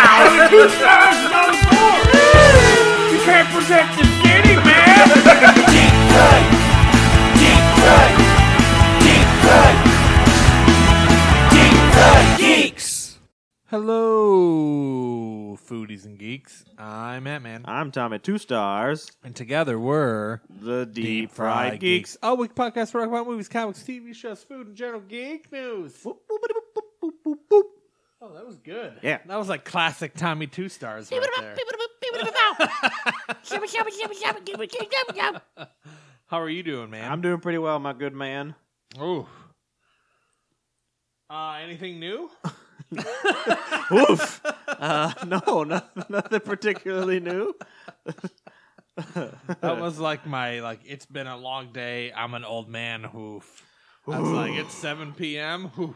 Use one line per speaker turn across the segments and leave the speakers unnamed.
Two thousand on the board. You can't protect the city, man.
Deep cut. Deep cut. Deep cut. Deep cut geeks.
Hello, foodies and geeks. I'm Ant-Man.
I'm Tom at two stars.
And together we're
The Deep, Fried, Geeks.
All week podcast where Oh, we talk about movies, comics, TV shows, food, and general geek news. Oh, that was good.
Yeah.
That was like classic Tommy Two Stars right there. How are you doing, man?
I'm doing pretty well, my good man.
Ooh. Uh, anything new?
Oof. Uh, no, not, nothing particularly new.
That was like my like. It's been a long day. I'm an old man. Who? I was like, it's 7 p.m. Whew.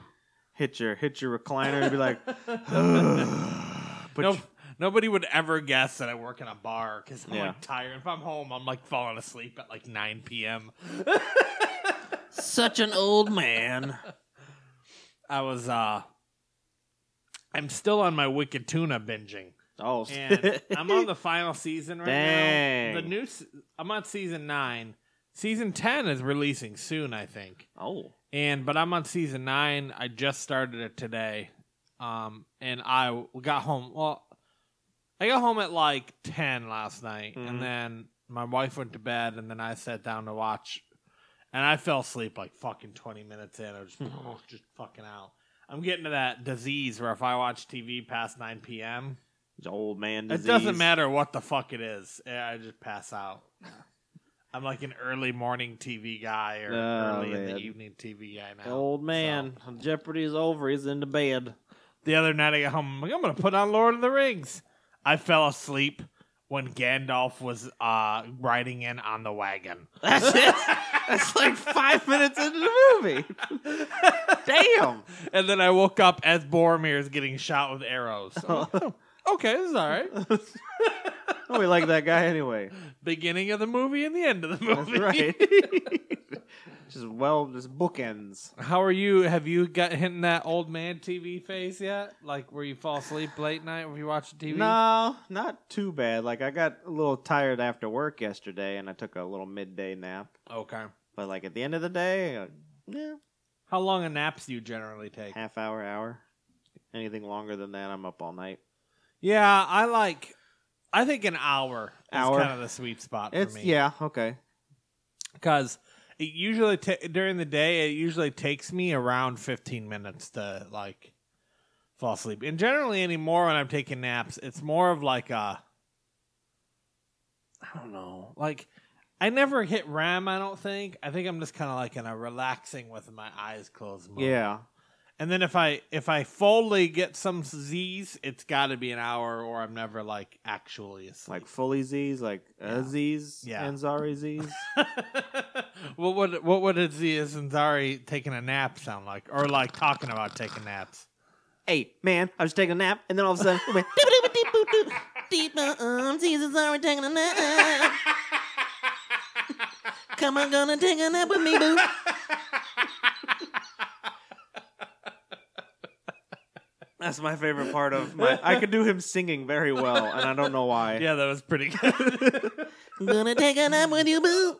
Hit your hit your recliner and be like, but
No,
you-
nobody would ever guess that I work in a bar because I'm
Yeah.
like tired. If I'm home, I'm like falling asleep at like 9 p.m.
such an old man.
I was, uh, I'm still on my Wicked Tuna binging,
Oh,
and I'm on the final season right
Dang.
now. The new, se- I'm on season nine. Season 10 is releasing soon, I think.
oh,
And but I'm on season nine. I just started it today, um, and I w- got home. Well, I got home at like ten last night,
Mhm.
and then my wife went to bed, and then I sat down to watch, and I fell asleep like fucking twenty minutes in. I was just, oh, just fucking out. I'm getting to that disease where if I watch TV past nine p.m.,
it's old man.
it doesn't matter what the fuck it is. eh, I just pass out. I'm like an early morning TV guy or
Oh,
early in
man. Oh,
the evening TV guy now.
Old man. Jeopardy's over. He's into bed.
The other night I got home, I'm like, I'm gonna put on Lord of the Rings. I fell asleep when Gandalf was uh, riding in on the wagon.
That's it. That's like five minutes into the movie. Damn.
And then I woke up as Boromir is getting shot with arrows. I'm like, "Oh, okay, this is all right.
Oh, we like that guy anyway.
Beginning of the movie and the end of the
That's
movie.
right. just well, just bookends.
How are you? Have you got hitting that old man TV phase yet? Like where you fall asleep late night when you watch TV?
No, not too bad. Like I got a little tired after work yesterday, and I took a little midday nap.
Okay.
But like at the end of the day, uh, yeah,
How long a naps do you generally take?
half hour, hour. Anything longer than that, I'm up all night.
Yeah, I like. I think an hour,
Hour.
is kind of the sweet spot
It's
for me.
yeah, okay.
because it usually ta during the day it usually takes me around 15 minutes to like fall asleep and generally anymore when i'm taking naps it's more of like a i don't know like i never hit ram i don't think i think i'm just kind of like in a relaxing with my eyes closed mode.
Yeah,
and then if i if i fully get some z's it's got to be an hour or i'm never like actually asleep
like fully Z's, like
Yeah.
uh, Z's,
Yeah.
and Zari Z's.
what would what would a Zia Zanzari taking a nap sound like, or like talking about taking naps?
hey man, I was taking a nap, and then all of a sudden, it went,
Deep my arms, Jesus already taking a nap. Come on, gonna take a nap with me, boo.
that's my favorite part of my. I could do him singing very well, and I don't know why.
Yeah, that was pretty good.
Gonna take a nap with you, boo.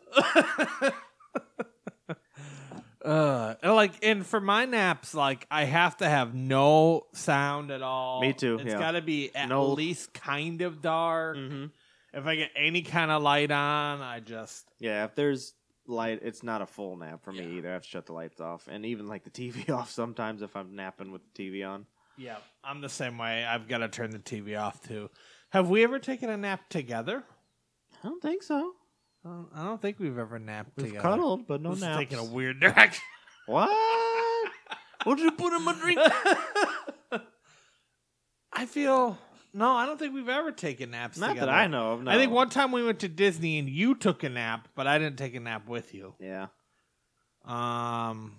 uh, and like, and for my naps, like I have to have no sound at all.
Me too,
It's
yeah.
got to be at
No-
least kind of dark.
Mm-hmm.
If I get any kind of light on, I just
Yeah, if there's light, it's not a full nap for me either. I have to shut the lights off, and even like the TV off sometimes if I'm napping with the TV on.
yeah, I'm the same way. I've got to turn the TV off too. Have we ever taken a nap together?
I don't think so.
I don't, I don't think we've ever napped
We've
together.
cuddled, but no
This is
naps.
taking a weird direction.
what? what did you put in my drink?
I feel no. I don't think we've ever taken naps.
not
together.
that I know of. No.
I think one time we went to Disney and you took a nap, but I didn't take a nap with you.
Yeah,
Um,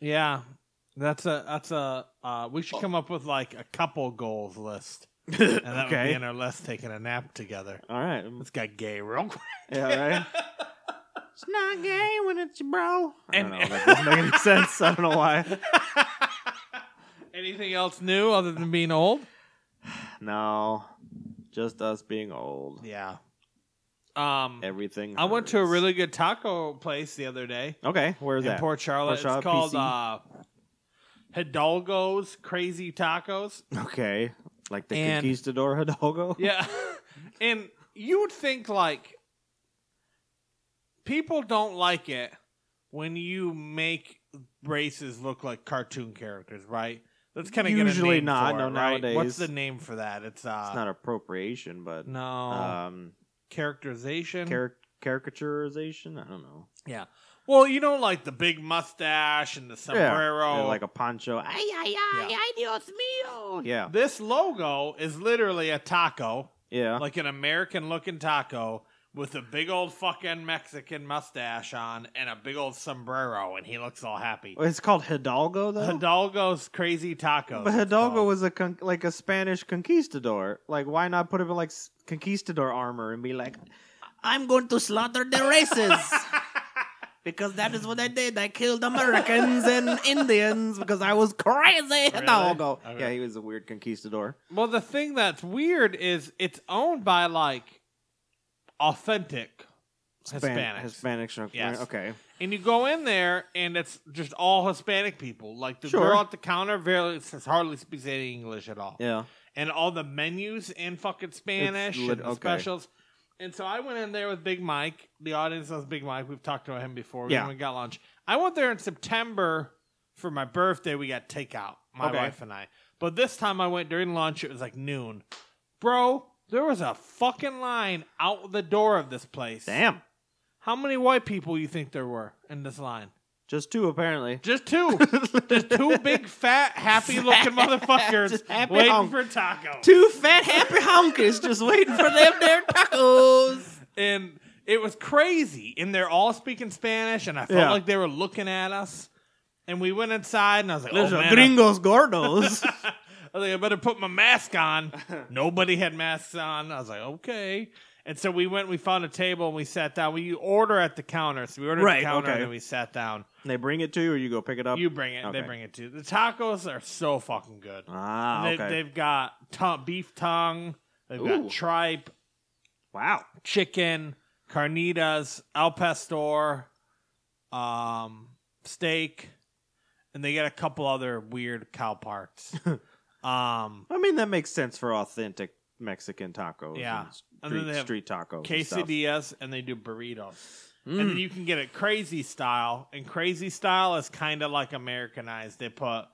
yeah, that's a that's a. Uh, we should come up with like a couple goals list, and that would be
Okay.
in our list taking a nap together.
all right. Mm,
This got gay real quick.
Yeah, right. it's not gay when it's your bro. I don't
And-
know. That doesn't make any sense. I don't know why.
Anything else new other than being old?
No, just us being old.
Yeah. Um,
Everything.
I went to a
hurts.
really good taco place the other day
okay. Where's
in
that?
Port Charlotte.
Port
it's
Charlotte,
called uh, Hidalgo's Crazy Tacos.
okay, like the
And-
conquistador Hidalgo.
Yeah. and you would think like people don't like it when you make races look like cartoon characters, right? That's kind of
Usually
get a name
not,
for
no,
it, right?
nowadays.
What's the name for that? It's uh
It's not appropriation, but
no
um,
characterization.
char- caricaturization. I don't know.
yeah. Well, you know, like the big mustache and the sombrero.
Yeah, like a poncho. Ay, ay, ay,
Yeah.
ay, Dios mío. Yeah,
this logo is literally a taco,
yeah.
like an American looking taco with a big old fucking Mexican mustache on and a big old sombrero, and he looks all happy.
it's called Hidalgo though.
Hidalgo's crazy tacos. it's
But Hidalgo
called.
was a con- like a Spanish conquistador. Like, why not put him in like s- conquistador armor and be like,
I'm going to slaughter the races. Because that is what I did. I killed Americans and Indians because I was crazy.
Hidalgo?
Okay.
Yeah, he was a weird conquistador.
well. The thing that's weird is it's owned by like authentic Hispanics,
Hispanics. Hispanics.
Yes.
Okay.
and you go in there and it's just all Hispanic people. Like the
Sure.
girl at the counter barely says hardly speaks any English at all.
Yeah.
and all the menus in fucking Spanish
lit-
and the
okay.
specials. And so I went in there with Big Mike. The audience knows Big Mike. We've talked about him before.
Yeah.
When we got lunch. I went there in September for my birthday. We got takeout, my
Okay.
wife and I. But this time I went during lunch. It was like noon. Bro, there was a fucking line out the door of this place.
Damn.
How many white people you think there were in this line?
Just two apparently.
Just two. Just two big, fat, happy looking motherfuckers
Just happy
waiting
Um,
hunk.
for tacos.
Two fat happy honkers just waiting for them their tacos.
and it was crazy. And they're all speaking Spanish, and I felt
Yeah.
like they were looking at us. And we went inside, and I was like, "Oh
There's a
man, I-
gringos gordos.
I was like, I better put my mask on." Nobody had masks on. I was like, "Okay." And so we went. We found a table, and we sat down. We order at the counter, so we ordered at
Right,
the counter,
okay.
and then we sat down.
they bring it to you, or you go pick it up.
You bring it. They
Okay.
bring it too. The tacos are so fucking good.
ah,
they,
okay.
They've got ton- beef tongue. They've
Ooh.
got tripe.
wow.
chicken, carnitas, al pastor, um, steak, and they get a couple other weird cow parts.
Oh,
um,
I mean, that makes sense for authentic Mexican tacos.
Yeah.
and street,
And then they have
street tacos. and stuff.
quesadillas, and they do burritos. And
Mm.
then you can get it crazy style, and crazy style is kind of like Americanized. They put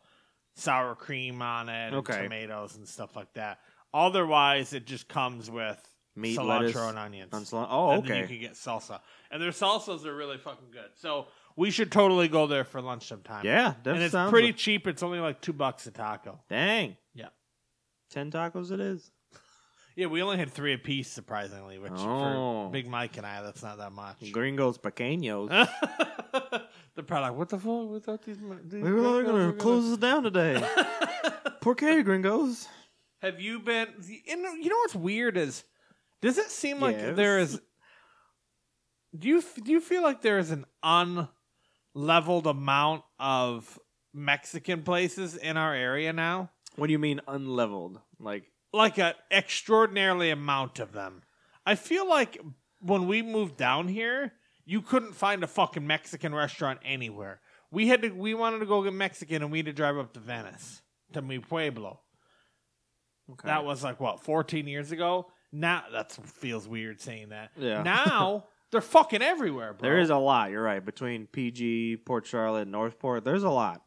sour cream on it,
Okay.
and tomatoes, and stuff like that. Otherwise, it just comes with
Meat,
cilantro
lettuce,
and onions.
On sal- oh,
And then you
okay.
can get salsa. And their salsas are really fucking good. So we should totally go there for lunch sometime.
Yeah, that
And it's
sounds
pretty cheap. It's only like two bucks a taco.
Dang.
Yeah.
Ten tacos it is.
Yeah, we only had three apiece, surprisingly, which
Oh.
for Big Ah. Mike and I, that's not that much.
Gringos pequeños.
They're probably like, what the fuck? We thought these. mo- these
Maybe they're
Mexicans
gonna
were
close us down today. Por qué, gringos?
Have you been. You know, you know what's weird is. Does it seem like
Yes.
there is. Do you, f- do you feel like there is an unleveled amount of Mexican places in our area now?
What do you mean unleveled? Like
like an extraordinarily amount of them. I feel like when we moved down here, you couldn't find a fucking Mexican restaurant anywhere. We had to we wanted to go get Mexican and we had to drive up to Venice to mi pueblo.
okay.
That was like what 14 years ago. Now that feels weird saying that.
Yeah.
Now they're fucking everywhere, bro.
There is a lot. You're right. Between PG, Port Charlotte, and Northport, there's a lot.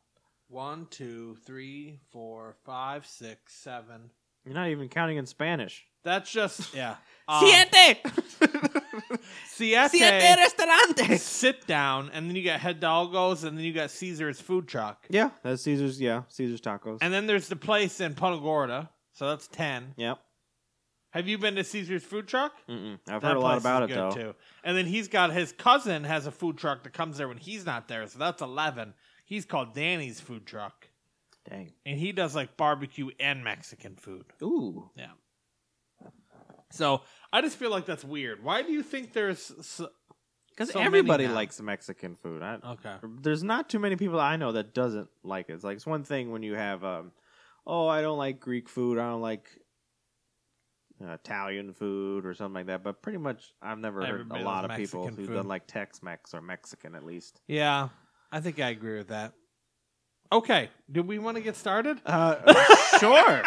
one, two, three, four, five, six, seven.
You're not even counting in Spanish.
That's just yeah. Um,
Siete!
siete.
Siete restaurantes!
sit down, and then you got Hidalgo's, and then you got Caesar's food truck,
Yeah, that's Caesar's. Yeah, Caesar's tacos.
and then there's the place in Punta Gorda, so that's ten.
yep.
Have you been to Caesar's food truck?
Mm-mm. I've
That
heard a lot
place is
about it
good,
though.
Too. And then he's got his cousin has a food truck that comes there when he's not there, so that's eleven. He's called Danny's food truck,
Dang.
and he does like barbecue and Mexican food.
Ooh.
So I just feel like that's weird. Why do you think there's s
Because
So many
everybody
now.
likes Mexican food. I,
okay?
Uh-huh. there's not too many people I know that doesn't like it. It's like it's one thing when you have, um, oh, I don't like Greek food. I don't like Italian food or something like that. But pretty much, I've never
I
heard
haven't
a
been
lot
with
of people
Mexican
who've
food.
done like Tex-Mex or Mexican at least.
Yeah, I think I agree with that. Okay, do we want to get started?
Uh, sure.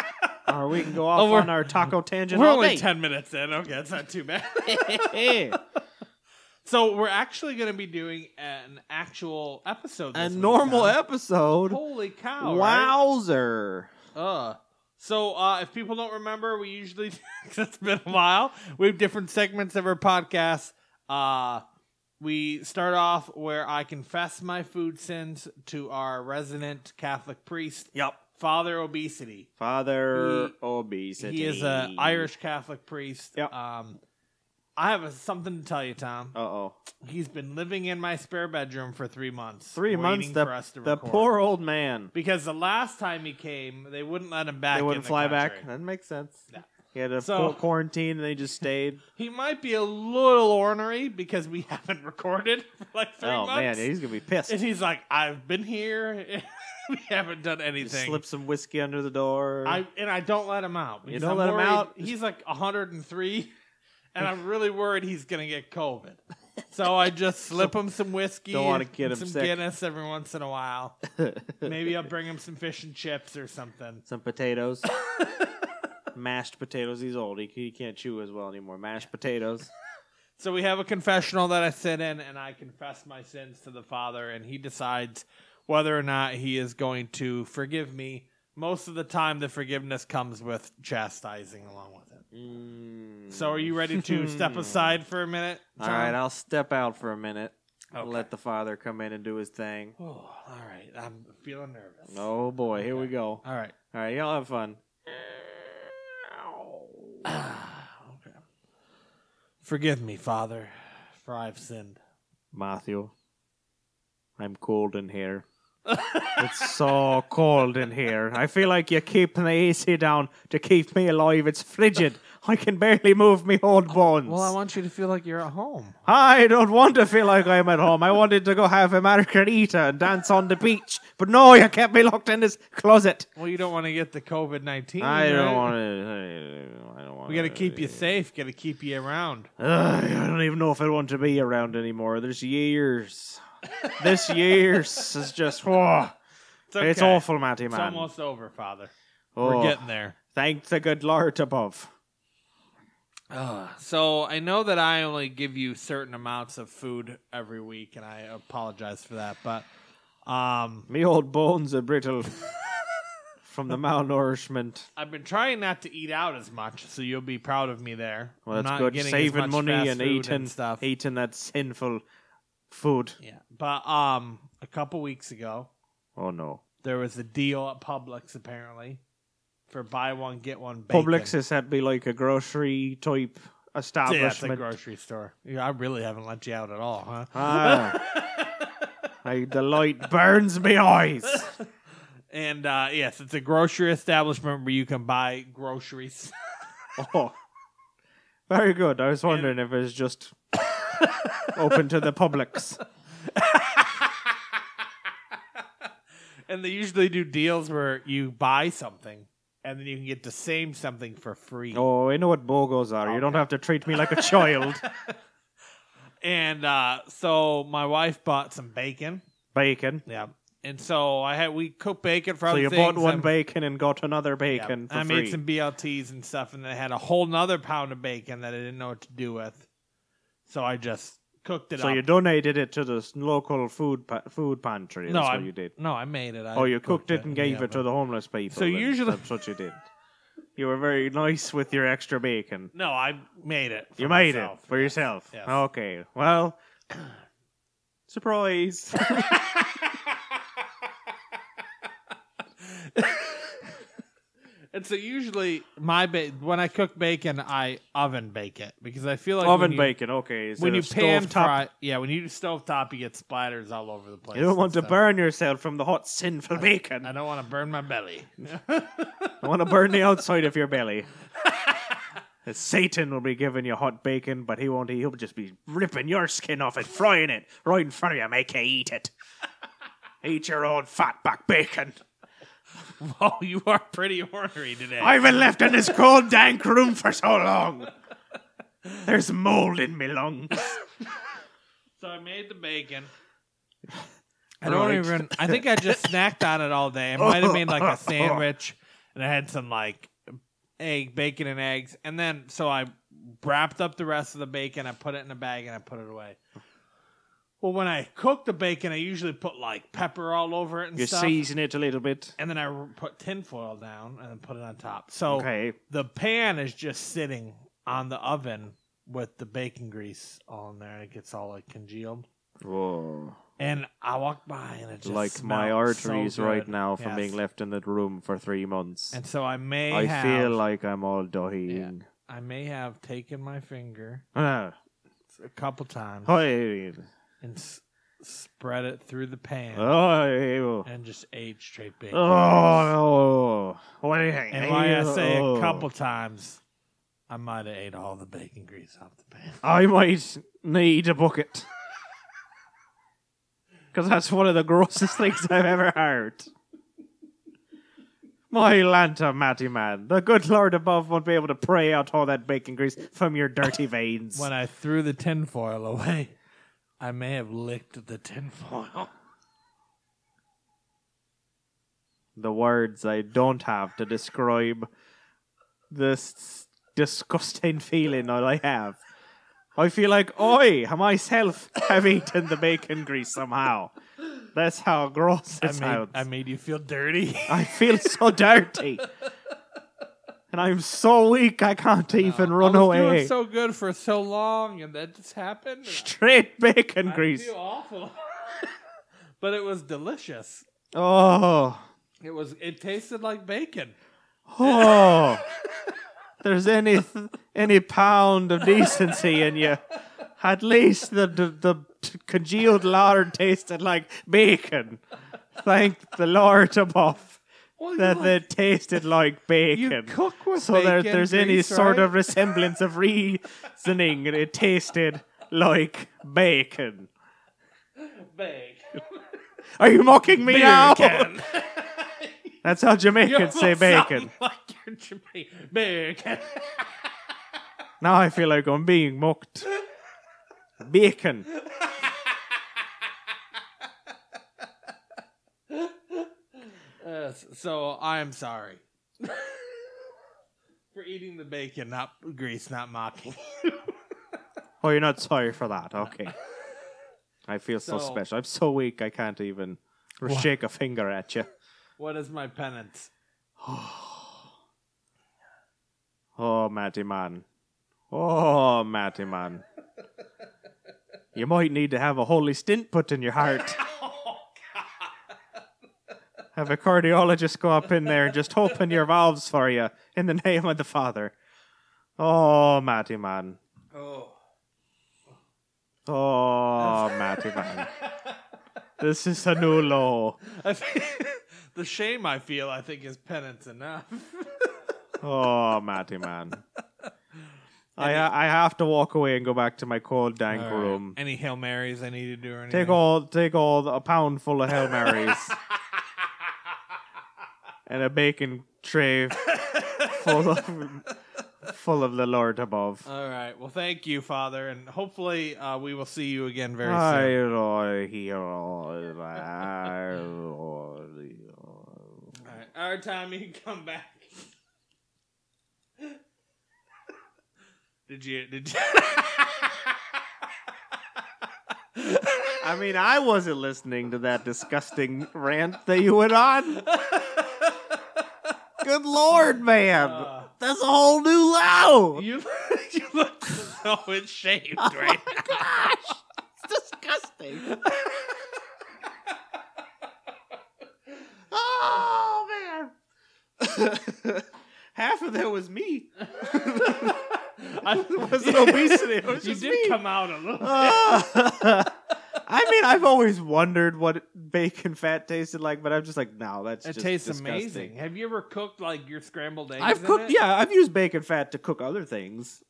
Or we can go off
Oh, we're-
on our taco tangent
We're
all
only
day.
ten minutes in. Okay, it's not too bad.
Hey.
so we're actually going to be doing an actual episode.
a
this week,
normal
John.
episode.
Holy cow! right?
Wowzer.
Uh, so uh, if people don't remember, we usually 'cause it's been a while. We have different segments of our podcast. Uh, we start off where I confess my food sins to our resident Catholic priest,
Yep.
Father Obesity.
Father
He-
obesity.
He is a Irish Catholic priest.
Yep.
Um, I have a, something to tell you, Tom.
Uh oh.
He's been living in my spare bedroom for three months.
Three
waiting
months.
for
The,
us to
the
record.
poor old man.
Because the last time he came, they wouldn't let him back.
They
in
wouldn't
the
fly
country.
back. That makes sense.
Yeah.
He had a
So-
full quarantine and they just stayed.
He might be a little ornery because we haven't recorded for like three
oh man,
months.
he's gonna be pissed.
and he's like, I've been here. we haven't done
Just
anything.
slip some whiskey under the door.
I and I don't let him out.
You
because
don't
I'm
let him
worried-
out?
He's like 103, and I'm really worried he's gonna get COVID. So I just slip him some whiskey.
Don't wanna
and
get him
some
sick.
Guinness every once in a while. Maybe I'll bring him some fish and chips or something.
some potatoes. Mashed potatoes. He's old. He, he can't chew as well anymore. Mashed potatoes.
So we have a confessional that I sit in, and I confess my sins to the Father, and He decides whether or not He is going to forgive me. Most of the time, the forgiveness comes with chastising along with it.
Mm.
So, are you ready to step aside for a minute?
All right,
John?
I'll step out for a minute.
Okay.
Let the father come in and do his thing.
Oh, all right. I'm feeling nervous.
Oh boy, here we go.
All right.
All right, y'all have fun.
okay. Forgive me, Father, for I've sinned.
Matthew, I'm cold in here. it's so cold in here. I feel like you're keeping the AC down to keep me alive. It's frigid. I can barely move me old bones.
want you to feel like you're at home.
I don't want to feel like I'm at home. I wanted to go have a margarita and dance on the beach. But no, you kept me locked in this closet.
Well, you don't want to get the COVID 19.
I don't Uh, want to. I don't want
We got to keep you safe, got to keep you around.
Ugh, I don't even know if I want to be around anymore. There's years. this years is just whoa. It's
okay.
awful, Matty
It's
man.
almost over, Father.
Oh,
We're getting there.
Thank the good Lord above.
so I know that I only give you certain amounts of food every week, and I apologize for that. But um,
Me old bones are brittle from the malnourishment.
I've been trying not to eat out as much, so you'll be proud of me there.
Well,
I'm
that's
not
good.
getting as
Saving
much
money
fast
and
food
eating
stuff.
eating that sinful food.
Yeah, but um, a couple weeks ago
Oh no.
there was a deal at Publix apparently for buy one get one. Bacon.
Publix is had be like a grocery type
yeah, it's a
establishment.
grocery store. Yeah, I really haven't let you out at all, huh?
ah, I, the light burns me eyes.
And uh, yes, it's a grocery establishment where you can buy groceries.
Oh, very good. I was wondering if it's just open to the publics.
and they usually do deals where you buy something and then you can get the same something for free.
Oh, I know what bogos are. You don't have to treat me like a child.
And uh, so my wife bought some bacon.
bacon.
Yeah. And so I had we cooked bacon for
So
other
you
things.
bought one
I'm-
bacon and got another
yeah.
bacon for
I
free.
made some BLTs and stuff, and then I had a whole nother pound of bacon that I didn't know what to do with. So I just cooked it
so
up.
you donated it to the s- local food pa- food pantry.
no,
that's
I,
what you did.
No, I made it. I
Oh, you cooked it and
in the
gave it to
oven.
the homeless people.
So
then.
usually-
that's what you did. You were very nice with your extra bacon.
No, I made it. for
You made
myself.
it for yourself.
Yes.
Okay. Well, surprise.
And so usually my ba- when I cook bacon, I oven bake it because I feel like when
Oven
you,
bacon. Okay. Is
when
it
you
a
pan
stove top?
fry, yeah, when you do stove top, you get splatters all over the place.
You don't
and
want to
stuff.
burn yourself from the hot sinful bacon.
I don't want to burn my belly.
I want to burn the outside of your belly. Satan will be giving you hot bacon, but he won't. He'll just be ripping your skin off and frying it right in front of you. Make you eat it. Eat your own fat back bacon.
Whoa, Oh, you are pretty ornery today.
I've been left in this cold, dank room for so long. There's mold in me lungs.
so I made the bacon. I don't
Right.
even. I think I just snacked on it all day. I might have made like a sandwich, and I had some like egg, bacon, and eggs. And then so I wrapped up the rest of the bacon. I put it in a bag and I put it away. Well, when I cook the bacon, I usually put like pepper all over it and
You
stuff,
season it a little bit.
and then I r- put tinfoil down and then put it on top. So
Okay.
the pan is just sitting on the oven with the bacon grease all in there, and it gets all like congealed.
Whoa.
And I walked by, and it just
Like my
smelled so
arteries right
good.
now from
Yes.
being left in that room for three months.
And so I may
I
have,
feel like I'm all dying.
I may have taken my finger
Ah,
a couple times
Oh. hi.
and s- spread it through the pan
Oh,
and just ate straight bacon.
oh, what do you think?
and why I say
Oh.
a couple times, I might have ate all the bacon grease off the pan.
I might need a bucket. Because that's one of the grossest things I've ever heard. My Lanta, Matty Man, the good Lord above won't be able to pray out all that bacon grease from your dirty veins.
When I threw the tinfoil away, I may have licked the tinfoil.
the words I don't have to describe this disgusting feeling that I have. I feel like I myself have eaten the bacon grease somehow. That's how gross it
I made,
sounds.
I made you feel dirty.
I feel so dirty. And I'm so weak I can't even run
I was
away.
doing so good for so long, and that just happened. and I-
Straight bacon
I
grease.
feel awful, but it was delicious.
Oh.
It was. It tasted like bacon.
Oh. There's any any pound of decency in you. At least the the, the t- congealed lard tasted like bacon. Thank the Lord above
Well, you
that
like-
it tasted like bacon.
you cook with
so
bacon.
there, there's any
grease,
sort
right?
of resemblance of reasoning. It tasted like bacon.
bacon.
Are you mocking me now?
Bacon.
That's how
You
Jamaicans say
almost sound
bacon.
Like you're Jamaican. Bacon.
Now I feel like I'm being mocked. Bacon.
Uh, s- so I am sorry for eating the bacon, not grease, not mocking.
Oh, you're not sorry for that. Okay. I feel so,
So-
special. I'm so weak I can't even shake a finger at you.
what is my penance?
Oh, Matty man. Oh, Matty man. You might need to have a holy stint put in your heart. Have a cardiologist go up in there and just open your valves for you in the name of the Father. Oh, Matty man.
Oh.
Oh, Matty man. This is a new low.
I think, the shame I feel, I think, is penance enough.
Oh, Matty man. I I have to walk away and go back to my cold, dank room.
Any Hail Marys I need to do or anything?
Take all, take all the- a pound full of Hail Marys and a bacon tray full of full of the Lord above.
All right. Well, thank you, Father, and hopefully uh, we will see you again very
I
soon.
Lord, he Lord, I Lord, he Lord.
All right. Our time, you can come back. did you? Did you?
I mean, I wasn't listening to that disgusting rant that you went on. Good Lord, man, that's a whole new low.
Uh. you, you look so in shape right
It's disgusting.
Oh man. Half of that was me.
I,
It wasn't obesity. It was
you
just
did
me.
come out a little.
Uh, I mean, I've always wondered what bacon fat tasted like, but I'm just like, no, that's
It
just
tastes
disgusting.
amazing. Have you ever cooked like your scrambled eggs?
I've
in
cooked,
it?
yeah, I've used bacon fat to cook other things,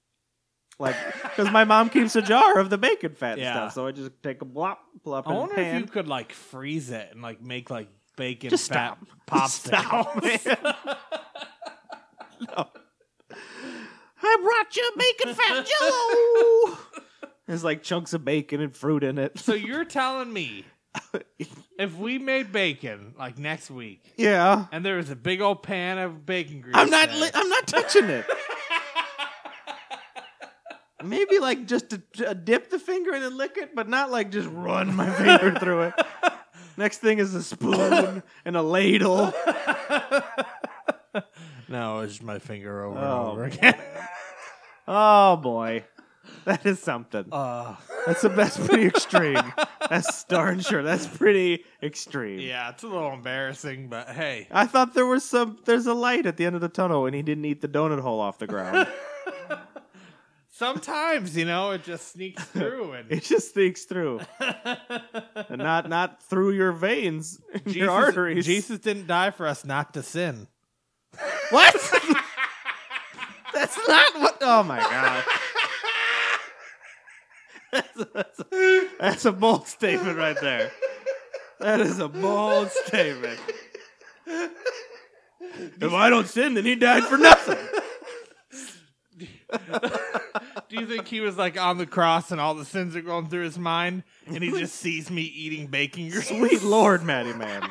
like because my mom keeps a jar of the bacon fat
Yeah.
and stuff, so I just take a blop, blop
I
in the
wonder if
pan.
you could like freeze it and like make like bacon
Just
fat
stop.
pop
Stop,
sticks.
I brought you bacon fat jello. There's like chunks of bacon and fruit in it.
So you're telling me if we made bacon like next week
yeah.
and there was a big old pan of bacon grease.
I'm not.
there,
Li- I'm not touching it. Maybe like just to, to uh, dip the finger in and lick it, but not like just run my finger through it. Next thing is a spoon and a ladle.
no, it's just my finger over and
Oh.
over again.
Oh boy, that is something.
Uh,
That's that's pretty extreme. That's darn sure. That's pretty extreme.
yeah, it's a little embarrassing, but hey.
I thought there was some. There's a light at the end of the tunnel, and he didn't eat the donut hole off the ground.
Sometimes, you know, it just sneaks through and
it just sneaks through, and not not through your veins, and
Jesus,
your arteries.
Jesus didn't die for us not to sin.
What? That's not what. Oh my god. That's, that's- that's a bold statement right there. That is a bold statement. If I don't sin, then he died for nothing.
Do you think he was like on the cross and all the sins are going through his mind and he just sees me eating bacon grease?
Sweet Lord, Matty Man.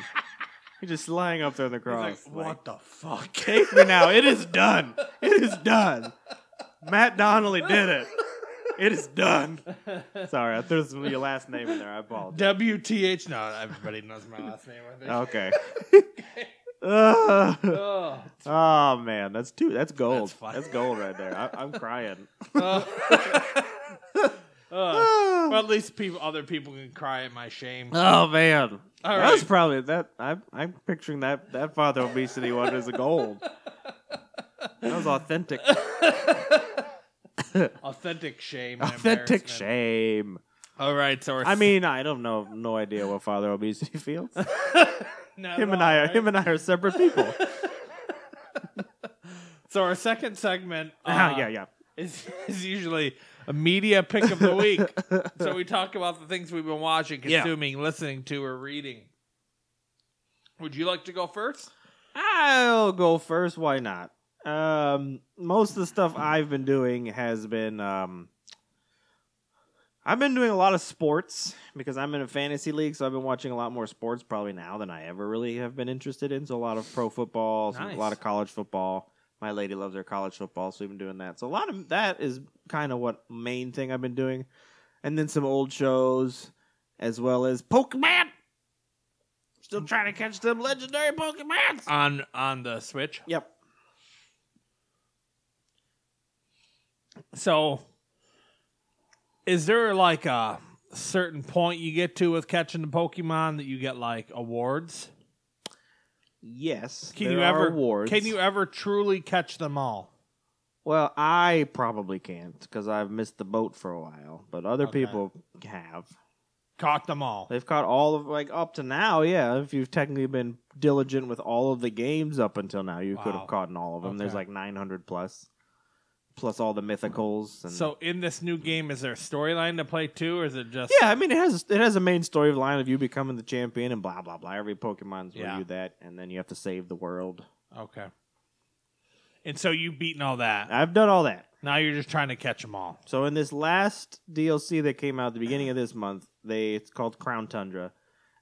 You're just lying up there on the
Like,
cross.
what the fuck?
Take me now. It is done. It is done. Matt Donnelly did it. It is done. Sorry, I threw some of your last name in there. I apologize.
WTH. No, everybody knows my last name. I think.
Okay. Ugh.
Ugh.
oh man, that's too. That's gold.
That's fine.
That's, gold right there. I, I'm crying.
Ugh.
oh
Well, at least people, other people can cry at my shame.
man,
All
that
right.
was probably that. I'm I'm picturing that that father obesity one as a gold. That was authentic.
Authentic shame. and
Authentic
embarrassment.
shame.
All right, so we're
I mean, I don't know, no idea what father obesity feels.
not
Him
at
and
all,
I are
right?
him and I are separate people. Uh,
So our second segment.
Ah,
uh,
yeah, yeah.
Is, is usually a media pick of the week. so we talk about the things we've been watching,
Yeah.
consuming, listening to, or reading. Would you like to go first?
I'll go first. Why not? Um, most of the stuff I've been doing has been um, I've been doing a lot of sports because I'm in a fantasy league, so I've been watching a lot more sports probably now than I ever really have been interested in. So a lot of pro football, some-
Nice.
a lot of college football. My lady loves her college football, so we've been doing that. So a lot of that is kind of what main thing I've been doing, and then some old shows as well as Pokemon. Still trying to catch them legendary Pokemons.
On on the Switch.
Yep.
So, is there like a certain point you get to with catching the Pokemon that you get like awards?
Yes.
Can
there
you
are
ever
awards?
can you e- ever truly catch them all?
Well, I probably can't because I've missed the boat for a while, but other
Okay.
people have.
Caught them all.
They've caught all of like up to now. Yeah, if you've technically been diligent with all of the games up until now, you could
Wow.
have caught in all of them. There's
Okay.
like 900 plus, plus all the mythicals. And
So in this new game, is there a storyline to play too, or is it just
Yeah, I mean it has it has a main storyline of you becoming the champion and blah blah blah. Every Pokemon's where
Yeah.
you that, and then you have to save the world.
okay? And so you've beaten all that.
I've done all that.
Now you're just trying to catch them all.
So in this last DLC that came out at the beginning of this month, they it's called Crown Tundra.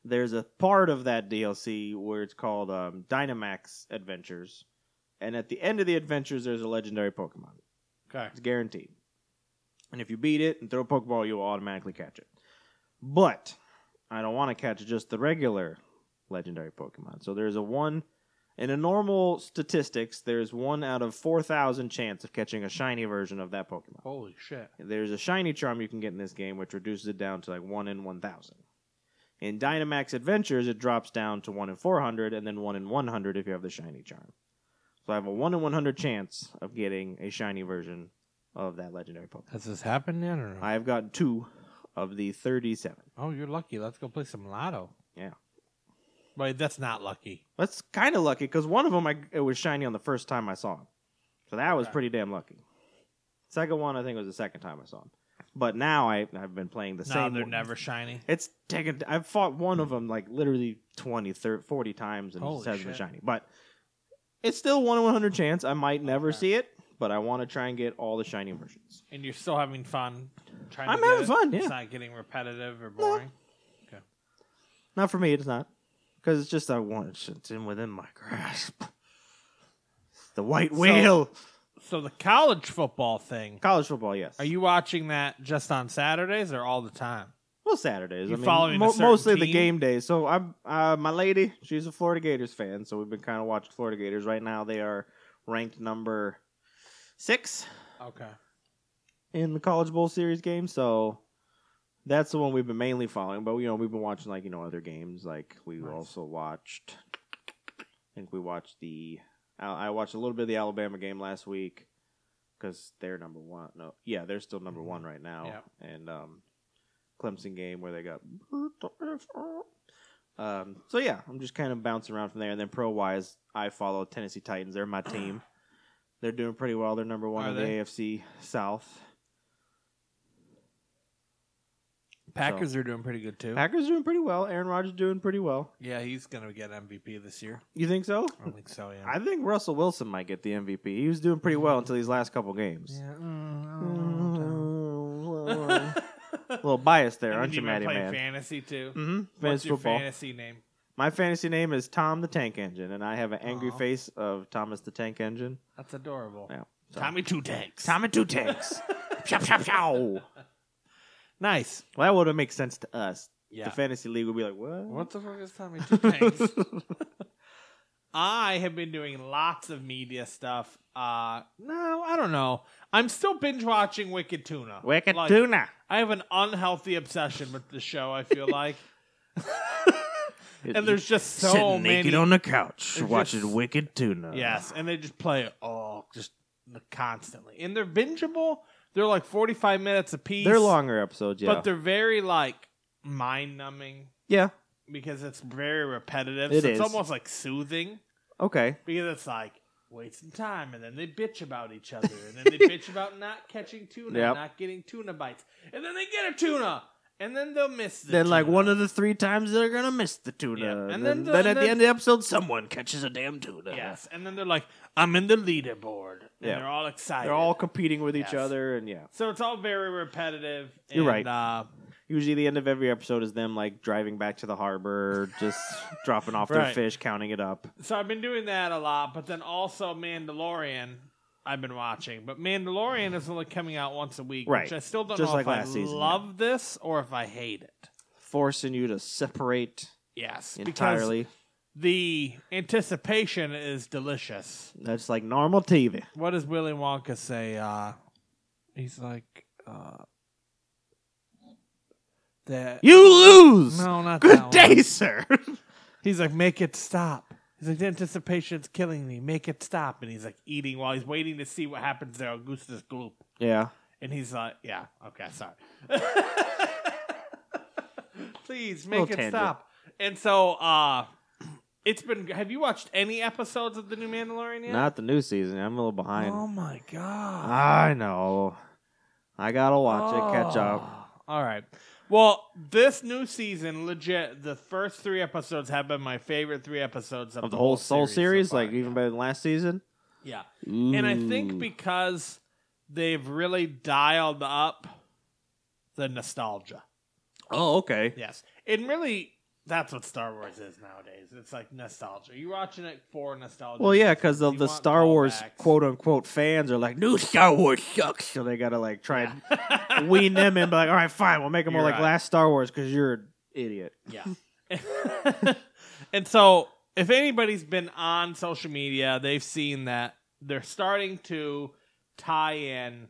There's a part of that DLC where it's called um, Dynamax Adventures, and at the end of the adventures, there's a legendary Pokemon.
Okay.
It's guaranteed. And if you beat it and throw a Pokeball, you'll automatically catch it. But I don't want to catch just the regular legendary Pokemon. So there's a one in a normal statistics. There's one out of four thousand chance of catching a shiny version of that Pokemon.
Holy shit!
There's a shiny charm you can get in this game, which reduces it down to like 1 in 1,000. In Dynamax Adventures, it drops down to 1 in 400 and then 1 in 100 if you have the shiny charm. So I have a 1 in 100 chance of getting a shiny version of that legendary Pokemon.
Has this happened yet or no?
I have gotten two of the 37.
Oh, you're lucky. Let's go play some Lotto.
Yeah.
Wait, that's not lucky.
That's kind of lucky because one of them I, it was shiny on the first time I saw him. So that was
Okay.
pretty damn lucky. Second one, I think, was the second time I saw him. But now I I've been playing the
No,
same.
they're
one.
never shiny.
It's taken. I've fought one of them like literally 20, 30, 40 times and it
Hmm. Holy
just hasn't been
shit.
shiny. But it's still one in 100 chance. I might never see it, but I want to try and get all the shiny versions.
And you're still having fun trying
I'm
to get
having
it?
fun, yeah.
It's not getting repetitive or boring.
Not for me, it's not. Because it's just I want it. It's in within my grasp. The white whale.
So the college football thing,
College football, yes.
are you watching that just on Saturdays or all the time?
Well, Saturdays.
You
I mean,
following a
mo-
certain
mostly the
team?
game days. So I'm uh, my lady. She's a Florida Gators fan, so we've been kind of watching Florida Gators right now. They are ranked number six
Okay.
in the College Bowl series game. So that's the one we've been mainly following. But you know, we've been watching like you know other games. Like we
Nice.
also watched. I think we watched the. I I watched a little bit of the Alabama game last week because they're number one. No, yeah, they're still number
Mm-hmm.
one right now. And um, Clemson game where they got. Um, so yeah, I'm just kind of bouncing around from there. And then pro wise, I follow Tennessee Titans. They're my team. They're doing pretty well. They're number one
Are
in
they?
the AFC South.
Packers are doing pretty good too.
Packers doing pretty well. Aaron Rodgers doing pretty well.
yeah, he's gonna get MVP this year.
You think so?
I don't think so. Yeah.
I think Russell Wilson might get the MVP. He was doing pretty well until these last couple games.
yeah. mm, Oh,
A little bias there, aren't you, Matty
play
Man?
fantasy too.
mm-hmm.
What's
Fantasy
your
football.
fantasy name?
My fantasy name is Tom the Tank Engine, and I have an angry
Aw.
face of Thomas the Tank Engine.
That's adorable.
Yeah. so-
Tommy Two Tanks.
Tommy Two Tanks. Pshaw, pshaw, pshaw.
nice.
Well, that would have make sense to us.
Yeah.
The fantasy league would be like, what?
What the fuck is Tommy Two Tanks? I have been doing lots of media stuff. Uh no, I don't know. I'm still binge watching Wicked Tuna.
Wicked
Like,
tuna.
I have an unhealthy obsession with the show. I feel like, and there's just so many.
the couch,
There's watching just-
Wicked Tuna.
yes, and they just play it all just constantly, and they're bingeable. They're like 45 minutes a piece.
They're longer episodes, yeah.
but they're very like mind numbing
yeah.
because it's very repetitive.
It
so It's
is.
almost like soothing
Okay.
because it's like wait some time, and then they bitch about each other, and then they bitch about not catching tuna,
Yep.
not getting tuna bites, and then they get a tuna, and then they'll miss. The
Then, like
tuna.
one of the three times they're gonna miss the tuna,
Yeah,
and
and
then,
then
then,
the-
at the
then-
end of the episode, someone catches a damn tuna.
Yes, and then they're like, "I'm in the leaderboard," and
Yeah.
they're all excited.
they're all competing with
Yes.
each other, and yeah.
so it's all very repetitive. And,
You're right.
Uh,
Usually, the end of every episode is them like driving back to the harbor, just dropping off their
Right.
fish, counting it up.
so I've been doing that a lot, but then also Mandalorian. I've been watching, but Mandalorian is only coming out once a week,
Right.
which I still don't
Just
know
like
if I
last season,
love this or if I hate it.
forcing you to separate
Yes, because
entirely.
the anticipation is delicious.
That's like normal TV.
What does Willy Wonka say? Uh, he's like uh, that.
You lose.
no, not that
Good
one.
day, sir.
He's like, make it stop. He's like, the anticipation's killing me. Make it stop. And he's like eating while he's waiting to see what happens to Augustus Gloop.
yeah.
And he's like, yeah, okay, sorry. Please
Little
make it
tangent.
stop. And so, uh, it's been. Have you watched any episodes of the new Mandalorian yet?
Not the new season. I'm a little behind.
Oh my god!
I know. I gotta watch it, catch up.
Oh. All right. Well, this new season, legit, the first three episodes have been my favorite three episodes of,
Of the whole Soul series,
so far.
like even better than last season. Mm.
yeah. And I think because they've really dialed up the nostalgia.
oh, okay.
Yes. And really, that's what Star Wars is nowadays. It's like nostalgia. You're watching it for nostalgia.
Well, yeah, because
You
of the
want
Star Wars
callbacks.
quote unquote fans are like, new Star Wars sucks. So they gotta like try and wean them in, be like, all right, fine, we'll make them more
You're
like
right.
last Star Wars because you're an idiot.
Yeah. and so, if anybody's been on social media, they've seen that they're starting to tie in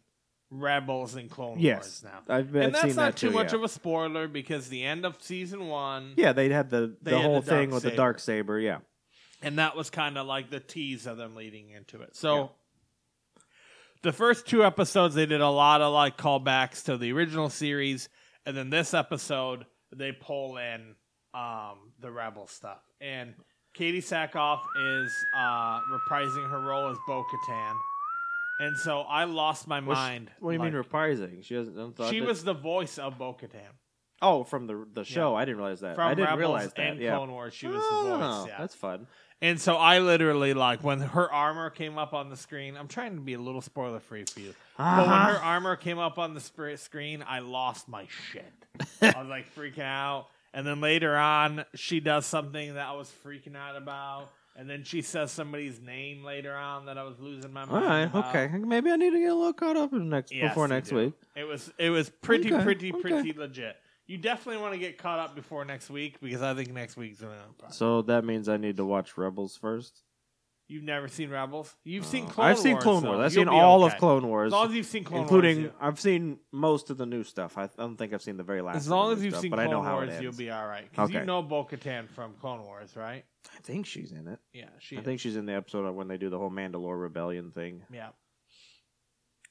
Rebels and Clone
Yes.
Wars now.
I've, I've
and that's
seen
not
that
too much
yeah.
of a spoiler because the end of season one,
Yeah, they had the
They
the
had the
whole
dark
thing with the
saber.
dark saber. Yeah,
and that was kind of like the tease of them leading into it. So. The first two episodes, they did a lot of like callbacks to the original series, and then this episode, they pull in um, the rebel stuff. And Katie Sackhoff is uh, reprising her role as Bo Katan. and so I lost my
What's-
mind.
What do you mean
like,
reprising? She hasn't done thought
She
that-
was the voice of Bo Katan
Oh, from the the show. I didn't realize that.
from
I didn't
Rebels
realize that.
and
yeah.
Clone Wars. She was the
Oh,
voice. Yeah.
That's fun.
And so I literally like when her armor came up on the screen. I'm trying to be a little spoiler free for you, but
Uh-huh.
when her armor came up on the sp- screen, I lost my shit. I was like freaking out. And then later on, she does something that I was freaking out about. And then she says somebody's name later on that I was losing my
All
mind.
right.
about.
Okay. Maybe I need to get a little caught up in next
Uh, Yes,
before
you
next
do.
week.
It was it was pretty
Okay,
pretty
okay.
pretty legit. You definitely want to get caught up before next week because I think next week's an Empire.
So that means I need to watch Rebels first.
You've never seen Rebels? You've seen
Oh,
Clone
I've seen
Wars,
Clone
though.
Wars. I've
You'll
seen
be
all
okay.
of Clone Wars,
As long as you've seen Clone
including
Wars,
I've seen most of the new stuff. I don't think I've seen the very
you-
last.
as
of the
long
new
as you've
stuff,
seen
but I know
Clone
how it
Wars, you'll
ends.
be all right because you
Okay.
know Bo-Katan from Clone Wars, right?
I think she's in it.
Yeah, she.
I think she's in the episode when they do the whole Mandalore rebellion thing.
Yeah,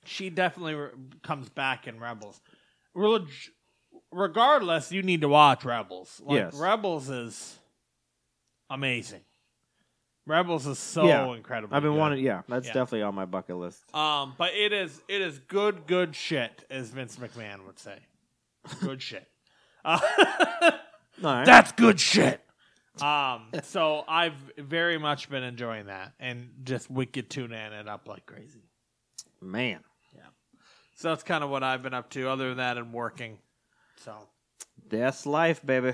she definitely re- comes back in Rebels. Relig- regardless, you need to watch Rebels. Like,
Yes.
Rebels is amazing. Rebels is so
Yeah.
incredible.
I've been wanting. Yeah, that's
Yeah.
definitely on my bucket list.
Um, but it is it is good good shit, as Vince McMahon would say. Good shit. Uh,
All right.
that's good shit. Um, so I've very much been enjoying that, and just wicked tuning it up like crazy.
Man.
So that's kind of what I've been up to, other than that and working. So,
That's life, baby.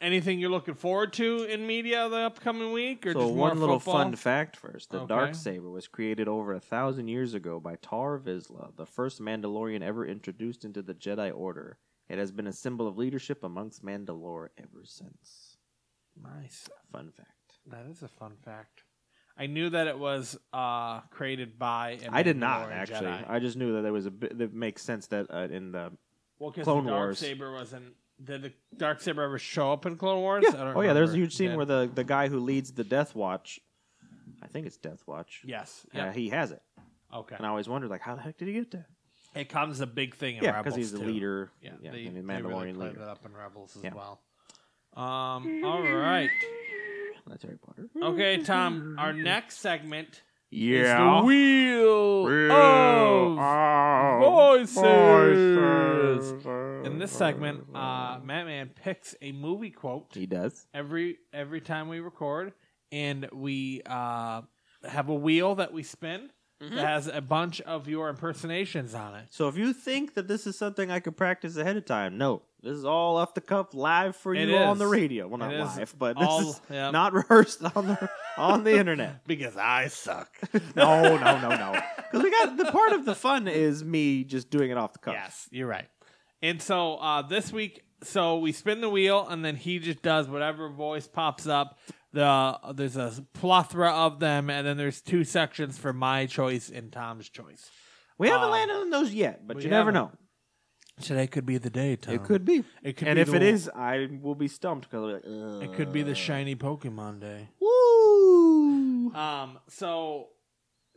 anything you're looking forward to in media the upcoming week, or
So
just more
one little
football?
fun fact first: the
Okay.
dark saber was created over a thousand years ago by Tar Vizsla, the first Mandalorian ever introduced into the Jedi Order. It has been a symbol of leadership amongst Mandalore ever since.
Nice.
Fun fact.
That is a fun fact. I knew that it was uh, created by. a
I did not
Mandalorian
actually.
Jedi.
I just knew that there was a bit that makes sense that uh, in the
Well, because
Clone
the dark
Wars.
saber wasn't. Did the dark saber ever show up in Clone Wars? I
yeah.
don't
oh yeah, there's a
remember.
huge scene
Did-
where the the guy who leads the Death Watch, I think it's Death Watch.
Yes.
Yeah,
Yep.
he has it,
okay.
and I always wondered like, how the heck did he get that?
It comes a big thing in
Yeah,
Rebels
because he's the
too.
leader.
Yeah,
Yeah,
they,
and the
they
Mandalorian
really played
leader.
that up in Rebels as
Yeah.
well. Um. All right.
That's Harry Potter.
Okay, Tom. Our next segment
Yeah.
is the wheel, of
Oh.
voices. In this segment, uh, Madman picks a movie quote.
He does.
every every time we record, and we uh, have a wheel that we spin that has a bunch of your impersonations on it.
So if you think that this is something I could practice ahead of time, no. This is all off the cuff, live for
It
you on
is.
the radio. Well, not
It is
live, but this
all-
is
yep.
not rehearsed on the on the internet.
Because I suck.
No, no, no, no. Because we got the part of the fun is me just doing it off the cuff.
yes, you're right. And so uh, this week, so we spin the wheel, and then he just does whatever voice pops up. The there's a plethora of them, and then there's two sections for my choice and Tom's choice.
We haven't
Um,
landed on those yet, but
we
you never
haven't.
know.
Today could be the day, Tom.
It could be.
It could
and
be
if
the-
it is, I will be stumped because like,
It could be the shiny Pokemon day.
Woo!
Um. So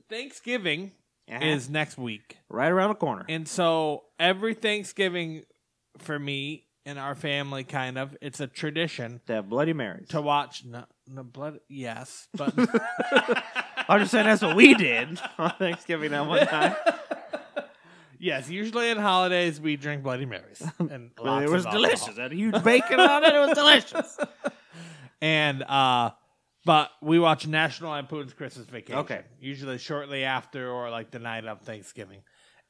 Thanksgiving
Uh-huh.
is next week.
right around the corner.
And so every Thanksgiving for me and our family, kind of, it's a tradition
to have Bloody Marys.
to watch. No, no blood. Yes, but
I'm just saying that's what we did on Thanksgiving that one time.
yes, usually at holidays we drink Bloody Marys, and
Well,
lots
it
of
was
alcohol.
delicious. That huge bacon on it, it was delicious.
And uh, but we watch National Lampoon's Christmas Vacation.
Okay.
usually shortly after or like the night of Thanksgiving.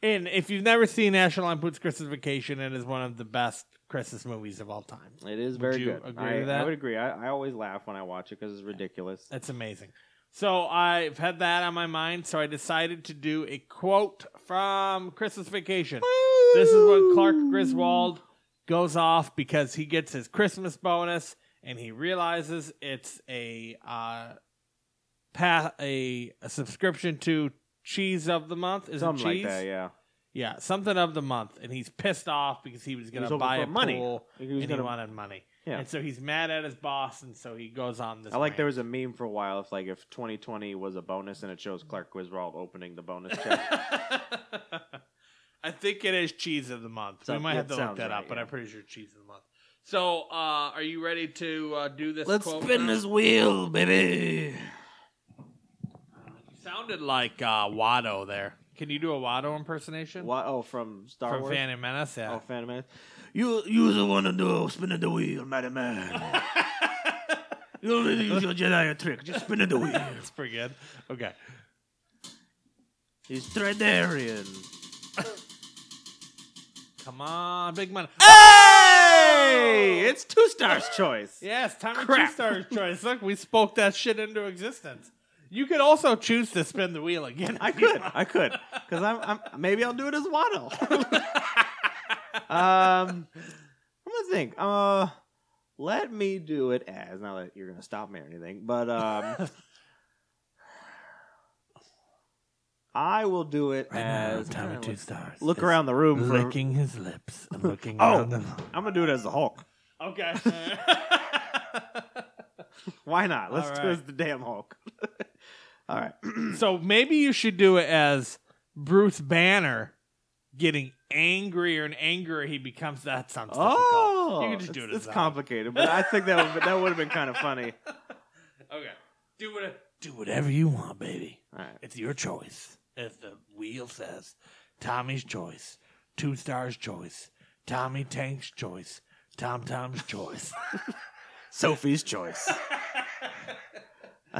And if you've never seen National Lampoon's Christmas Vacation, it is one of the best Christmas movies of all time.
It is very
you
good.
agree
I,
with that?
I would agree. I, I always laugh when I watch it because it's ridiculous.
That's amazing. So I've had that on my mind, so I decided to do a quote from Christmas Vacation. This is when Clark Griswold goes off because he gets his Christmas bonus and he realizes it's a uh, pa- a, a subscription to Cheese of the Month. Is
Something
it
like
cheese?
that, yeah.
Yeah, something of the month, and he's pissed off because he was going
was
to
hoping
buy
for
a
money.
pool
He was
and
gonna-
he wanted money.
Yeah.
And so he's mad at his boss, and so he goes on this.
I like
rant.
there was a meme for a while. If like if 2020 was a bonus and it shows Clark Griswold opening the bonus check.
I think it is cheese of the month. we
Sounds-
might have
it
to look
sounds
that
right,
up, but
yeah.
I'm pretty sure cheese of the month. So, uh, are you ready to uh, do this?
Let's
quote?
spin this wheel, baby.
You sound sounded like uh, Watto there. Can you do a Watto impersonation?
Why? Oh, from Star
From
Wars.
Phantom Menace, yeah.
Oh, Phantom Menace.
You you the one to do spinning the wheel, mighty
Oh,
man. you don't need to use your Jedi trick. Just spin the wheel.
That's pretty good. Okay.
He's Tridarian.
Come on, big money.
Hey, it's two stars choice.
Yes, time and two star choice. Look, we spoke that shit into existence. You could also choose to spin the wheel again.
I could, I could, because I'm, I'm. Maybe I'll do it as Waddle. um, I'm gonna think. Uh, let me do it as. Not that you're gonna stop me or anything, but um, I will do it as. kinda look-
stars.
Look around the room. For,
licking his lips and looking
Oh.
around the
I'm gonna do it as the Hulk.
Okay.
Why not? Let's
All
do it
right.
as the damn Hulk. All right.
so maybe you should do it as Bruce Banner getting angrier and angrier he becomes. That sounds
Oh,
difficult. You can just do it
it's-
as
It's
that.
complicated, but I think that would, that would have been kind of funny.
Okay. Do what do whatever you want, baby.
All right.
It's your choice. As the wheel says, Tommy's choice, two stars choice, Tommy Tank's choice, Tom Tom's choice.
Sophie's choice.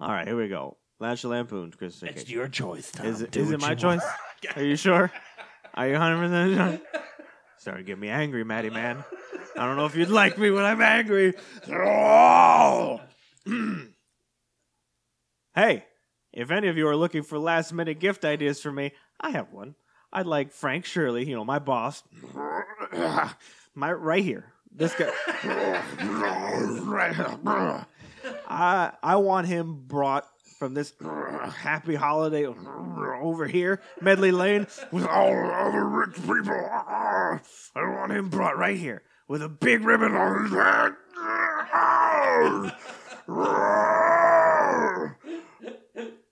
All right, here we go. Lash Lampoon, Christopher
It's
Cage.
your choice, Tom.
Is it,
Do
is
what
it my
you
choice?
want.
Are you sure? Are you 100% sure? Starting to get me angry, Matty Man. I don't know if you'd like me when I'm angry. hey, if any of you are looking for last minute gift ideas for me, I have one. I'd like Frank Shirley, you know, my boss. my right here. This guy. I I want him brought from this happy holiday over here, Medley Lane, with all other rich people. I want him brought right here with a big ribbon on his head.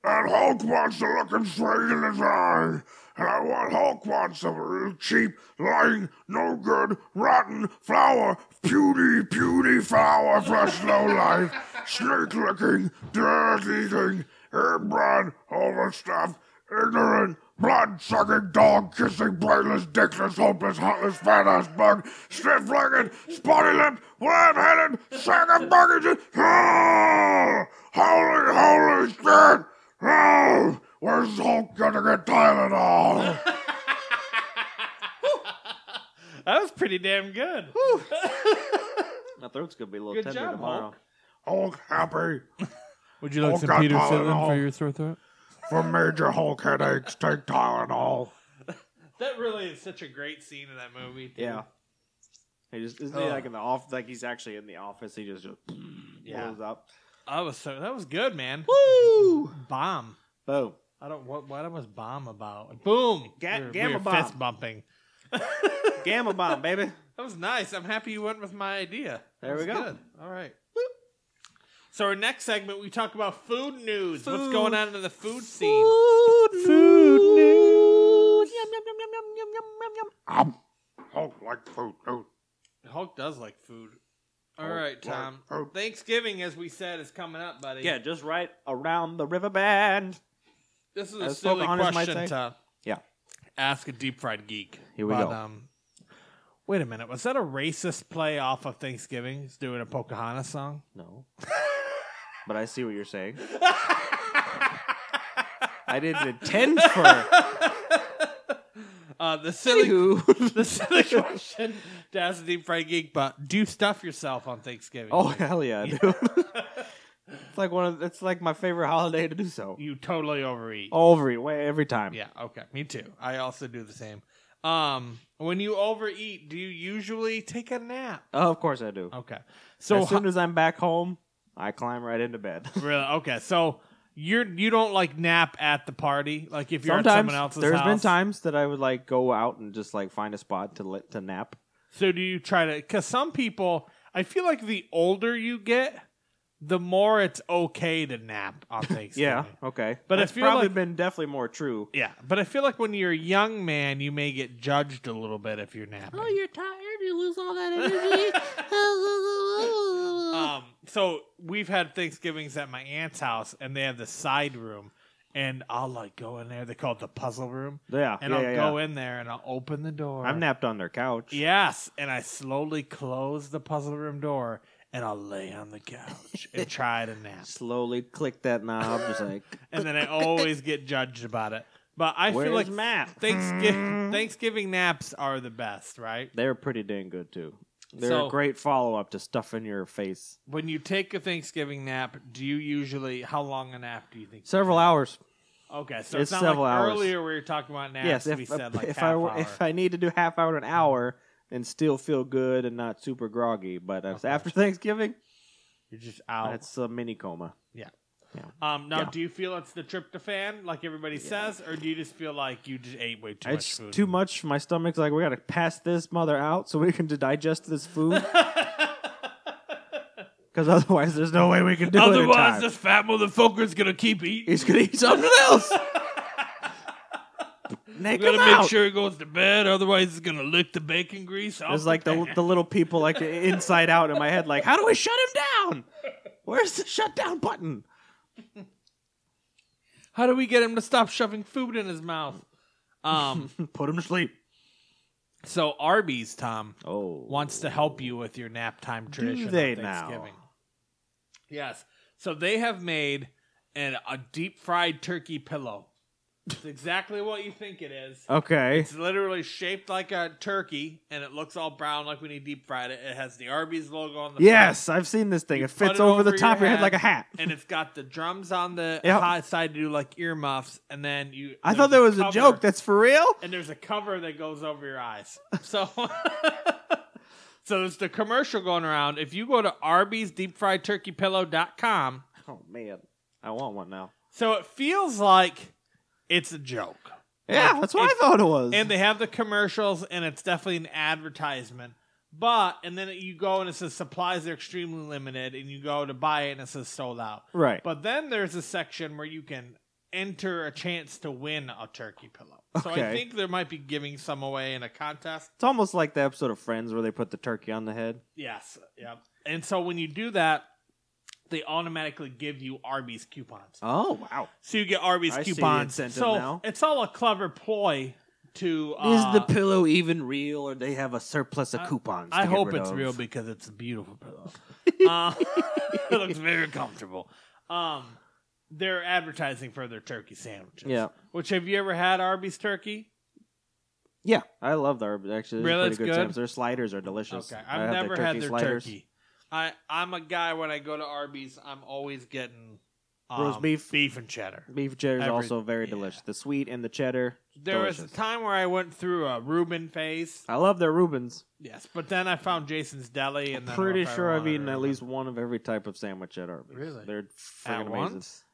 And Hulk wants to look him straight in his eye. And I want Hulk wants some real cheap, lying, no good, rotten flower, puny, puny flower, fresh, no life, snake licking, dirt eating, inbred, overstuffed, ignorant, blood sucking, dog kissing, brainless, dickless, hopeless, heartless, fat ass bug, stiff legged, spotty lipped, web headed, sack of buggages. Ah! Holy, holy shit! Oh, where's Hulk gonna get Tylenol?
That was pretty damn good.
My throat's gonna be a little
Good
tender
job,
tomorrow.
Hulk.
Hulk happy
Would you
like Oh, some God, Peter Tylenol. Sillin for your
throat throat?
for major Hulk headaches. Take Tylenol.
That really is such a great scene in that movie. dude.
Yeah. He just isn't he
Ugh.
like in the office? Like he's actually in the office. He just, just
Yeah.
blows up.
I was so that was good, man.
Woo!
Bomb.
Boom.
I don't what what was bomb about. Boom.
Ga-
We were- we
gamma
were
bomb.
Fist bumping.
Gamma bomb, baby.
That was nice. I'm happy you went with my idea. That
There we
was
go.
good. All right. So our next segment, we talk about food news. What's going on in the food scene?
Um, Hulk like food, dude.
Hulk does like food. All
Hulk
right,
like
Tom.
food.
Thanksgiving, as we said, is coming up, buddy.
Yeah, just right around the river bend.
This is a
As
silly
Pocahontas might
question
say.
to
Yeah.
ask a deep fried geek.
Here we
but,
go.
Um, wait a minute. Was that a racist play off of Thanksgiving? It's doing a Pocahontas song?
No. but I see what you're saying. I didn't intend for
Uh, the silly, the silly question to ask a deep fried geek, but do you stuff yourself on Thanksgiving?
Oh hell yeah, dude. it's like one of it's like my favorite holiday to do so.
You totally overeat.
Over way every time.
Yeah, okay. Me too. I also do the same. Um, when you overeat, do you usually take a nap?
Oh, of course I do.
Okay. Um, So
as soon as I'm back home, I climb right into bed.
Really? Okay. So you're you don't like nap at the party, like if you're at
Sometimes
someone else's
there's
house.
been times that I would like go out and just like find a spot to let to nap.
So do you try to? Because some people, I feel like the older you get, the more it's okay to nap on Thanksgiving.
Yeah, okay.
But I
it's
feel
probably
like-
been definitely more true.
Yeah, but I feel like when you're a young man, you may get judged a little bit if you're napping. Oh, you're tired.
Uh,
You lose all that energy. um, so we've had Thanksgivings at my aunt's house, and they have the side room, and I'll like go in there. They call it the puzzle room,
Yeah.
and
yeah,
I'll
yeah,
go in there and I'll open the door.
I've napped on their couch.
Yes, and I slowly close the puzzle room door and I'll lay on the couch and try to nap.
Slowly click that knob. Just like,
And then I always get judged about it. But I
where's
feel like
Matt? Mm-hmm.
Thanksgiving, Thanksgiving naps are the best, right?
They're pretty dang good too. They're
So-
a great follow up to stuff in your face.
When you take a Thanksgiving nap, do you usually how long a nap do you think?
Several hours.
Okay, so
It's
it's, not
several
like
hours.
earlier we were talking about naps.
yes, if, uh,
we said like
if
half
I were,
hour. Mm-hmm.
if I need to do half hour to an hour and still feel good and not super groggy, but that's
Okay.
after Thanksgiving,
you're just out.
that's a mini coma.
um, now,
yeah.
do you feel it's the tryptophan, like everybody says, or do you just feel like you just ate way too
it's
much food?
too much. My stomach's like, we gotta pass this mother out so we can digest this food because otherwise, there's no way we can do it. in
Otherwise,
time.
this fat motherfucker's gonna keep eating.
He's gonna eat something else. Neck
We gotta
him
make
out.
sure he goes to bed. Otherwise, he's gonna lick the bacon grease. off
It's like the,
pan.
the little people like inside out in my head, like, how do we shut him down? Where's the shutdown button?
How do we get him to stop shoving food in his mouth? Um.
Put him to sleep.
so Arby's Tom
Oh.
wants to help you with your nap time tradition. on
they now?
Thanksgiving. Yes. So they have made an a deep fried turkey pillow. It's exactly what you think it is.
Okay.
It's literally shaped like a turkey, and it looks all brown like when you deep fried it. It has the Arby's logo on the front.
Yes, I've seen this thing.
You
It fits
put it
over,
over
the top of your head like a hat.
and it's got the drums on the
Yep.
high side to do like earmuffs, and then you.
I
there's
thought that was a
cover-
joke. That's for real?
and there's a cover that goes over your eyes. So, so there's the commercial going around. If you go to Arby's deepfriedturkeypillow.com,
Oh, man. I want one now.
so it feels like it's a joke.
Yeah,
Like,
that's what I
it's-
thought it was.
And they have the commercials, and it's definitely an advertisement. But and then you go and it says supplies are extremely limited, and you go to buy it and it says sold out.
right.
But then there's a section where you can enter a chance to win a turkey pillow. So I
Okay.
think there might be giving some away in a contest.
It's almost like the episode of Friends where they put the turkey on the head.
Yes. Yep. And so when you do that, they automatically give you Arby's coupons.
Oh, wow.
So you get Arby's
I see the
coupons.
incentive
so
now.
it's all a clever ploy to.
Is the
Uh,
pillow even real or they have a surplus of coupons?
I
to get
hope
rid
it's
of?
real because it's a beautiful pillow. uh, it looks very comfortable. Um, they're advertising for their turkey sandwiches.
Yeah.
Which have you ever had Arby's turkey?
Yeah, I love the Arby's. Actually,
Really?
really
It's
pretty good,
good?
sandwich. Their sliders are delicious.
Okay,
I
I've
have their
never
turkey
had their
sliders.
turkey. I I'm a guy when I go to Arby's, I'm always getting um,
Roast beef?
beef and cheddar.
Beef cheddar is
Every-
also very
yeah.
delicious. The sweet and the cheddar.
There was
delicious.
a time where I went through a Reuben phase.
I love their Reubens.
Yes, but then I found Jason's Deli, and then
Pretty
if I
sure I've
wanted
eaten
a
at
Reuben-
least one of every type of sandwich at Arby's.
Really?
They're
At
freaking amazing.
once?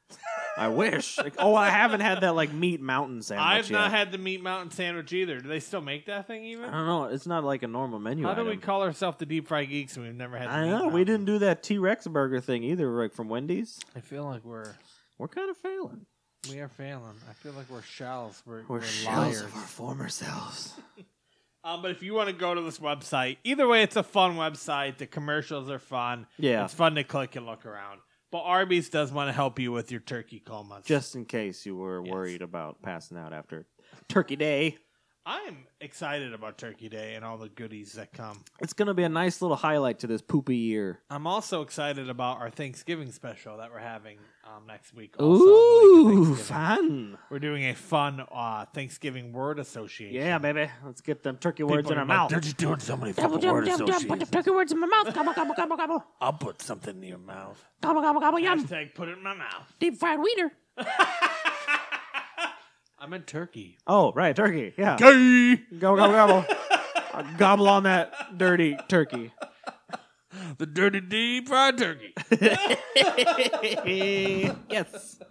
I wish. Like, oh, I haven't had that like meat mountain sandwich
I've
yet.
not had the meat mountain sandwich either. Do they still make that thing
I
even?
don't know. It's not like a normal menu.
How do we
item.
call ourselves the deep fried geeks and we've never had? The
I
Meat
know we
Mountain?
didn't do that T Rex burger thing either, like from Wendy's.
I feel like we're
We're kind of failing.
we are failing. I feel like we're shells. We're,
We're,
we're
shells
liars.
of our former selves.
Um, but if you want to go to this website, either way, it's a fun website. The commercials are fun.
Yeah,
It's fun to click and look around. But Arby's does want to help you with your turkey comas.
just in case you were
Yes.
worried about passing out after Turkey Day.
I'm excited about Turkey Day and all the goodies that come.
It's gonna be a nice little highlight to this poopy year.
I'm also excited about our Thanksgiving special that we're having um, next week. Also on the week of
Ooh,
Thanksgiving.
fun!
We're doing a fun uh, Thanksgiving word association.
Yeah, baby, let's get them turkey
People
words in
are
our
like,
mouth.
They're just doing so many fucking word associations.
Turkey words in my mouth. Gobble, gobble, gobble, gobble.
I'll put something in your mouth.
Gobble, gobble, gobble, yum.
Hashtag put it in my mouth.
Deep fried wiener.
I'm in Turkey.
Oh, right, turkey. Yeah,
Hey!
gobble gobble gobble. Uh, gobble on that dirty turkey.
The dirty deep fried turkey.
Eh,
Yes.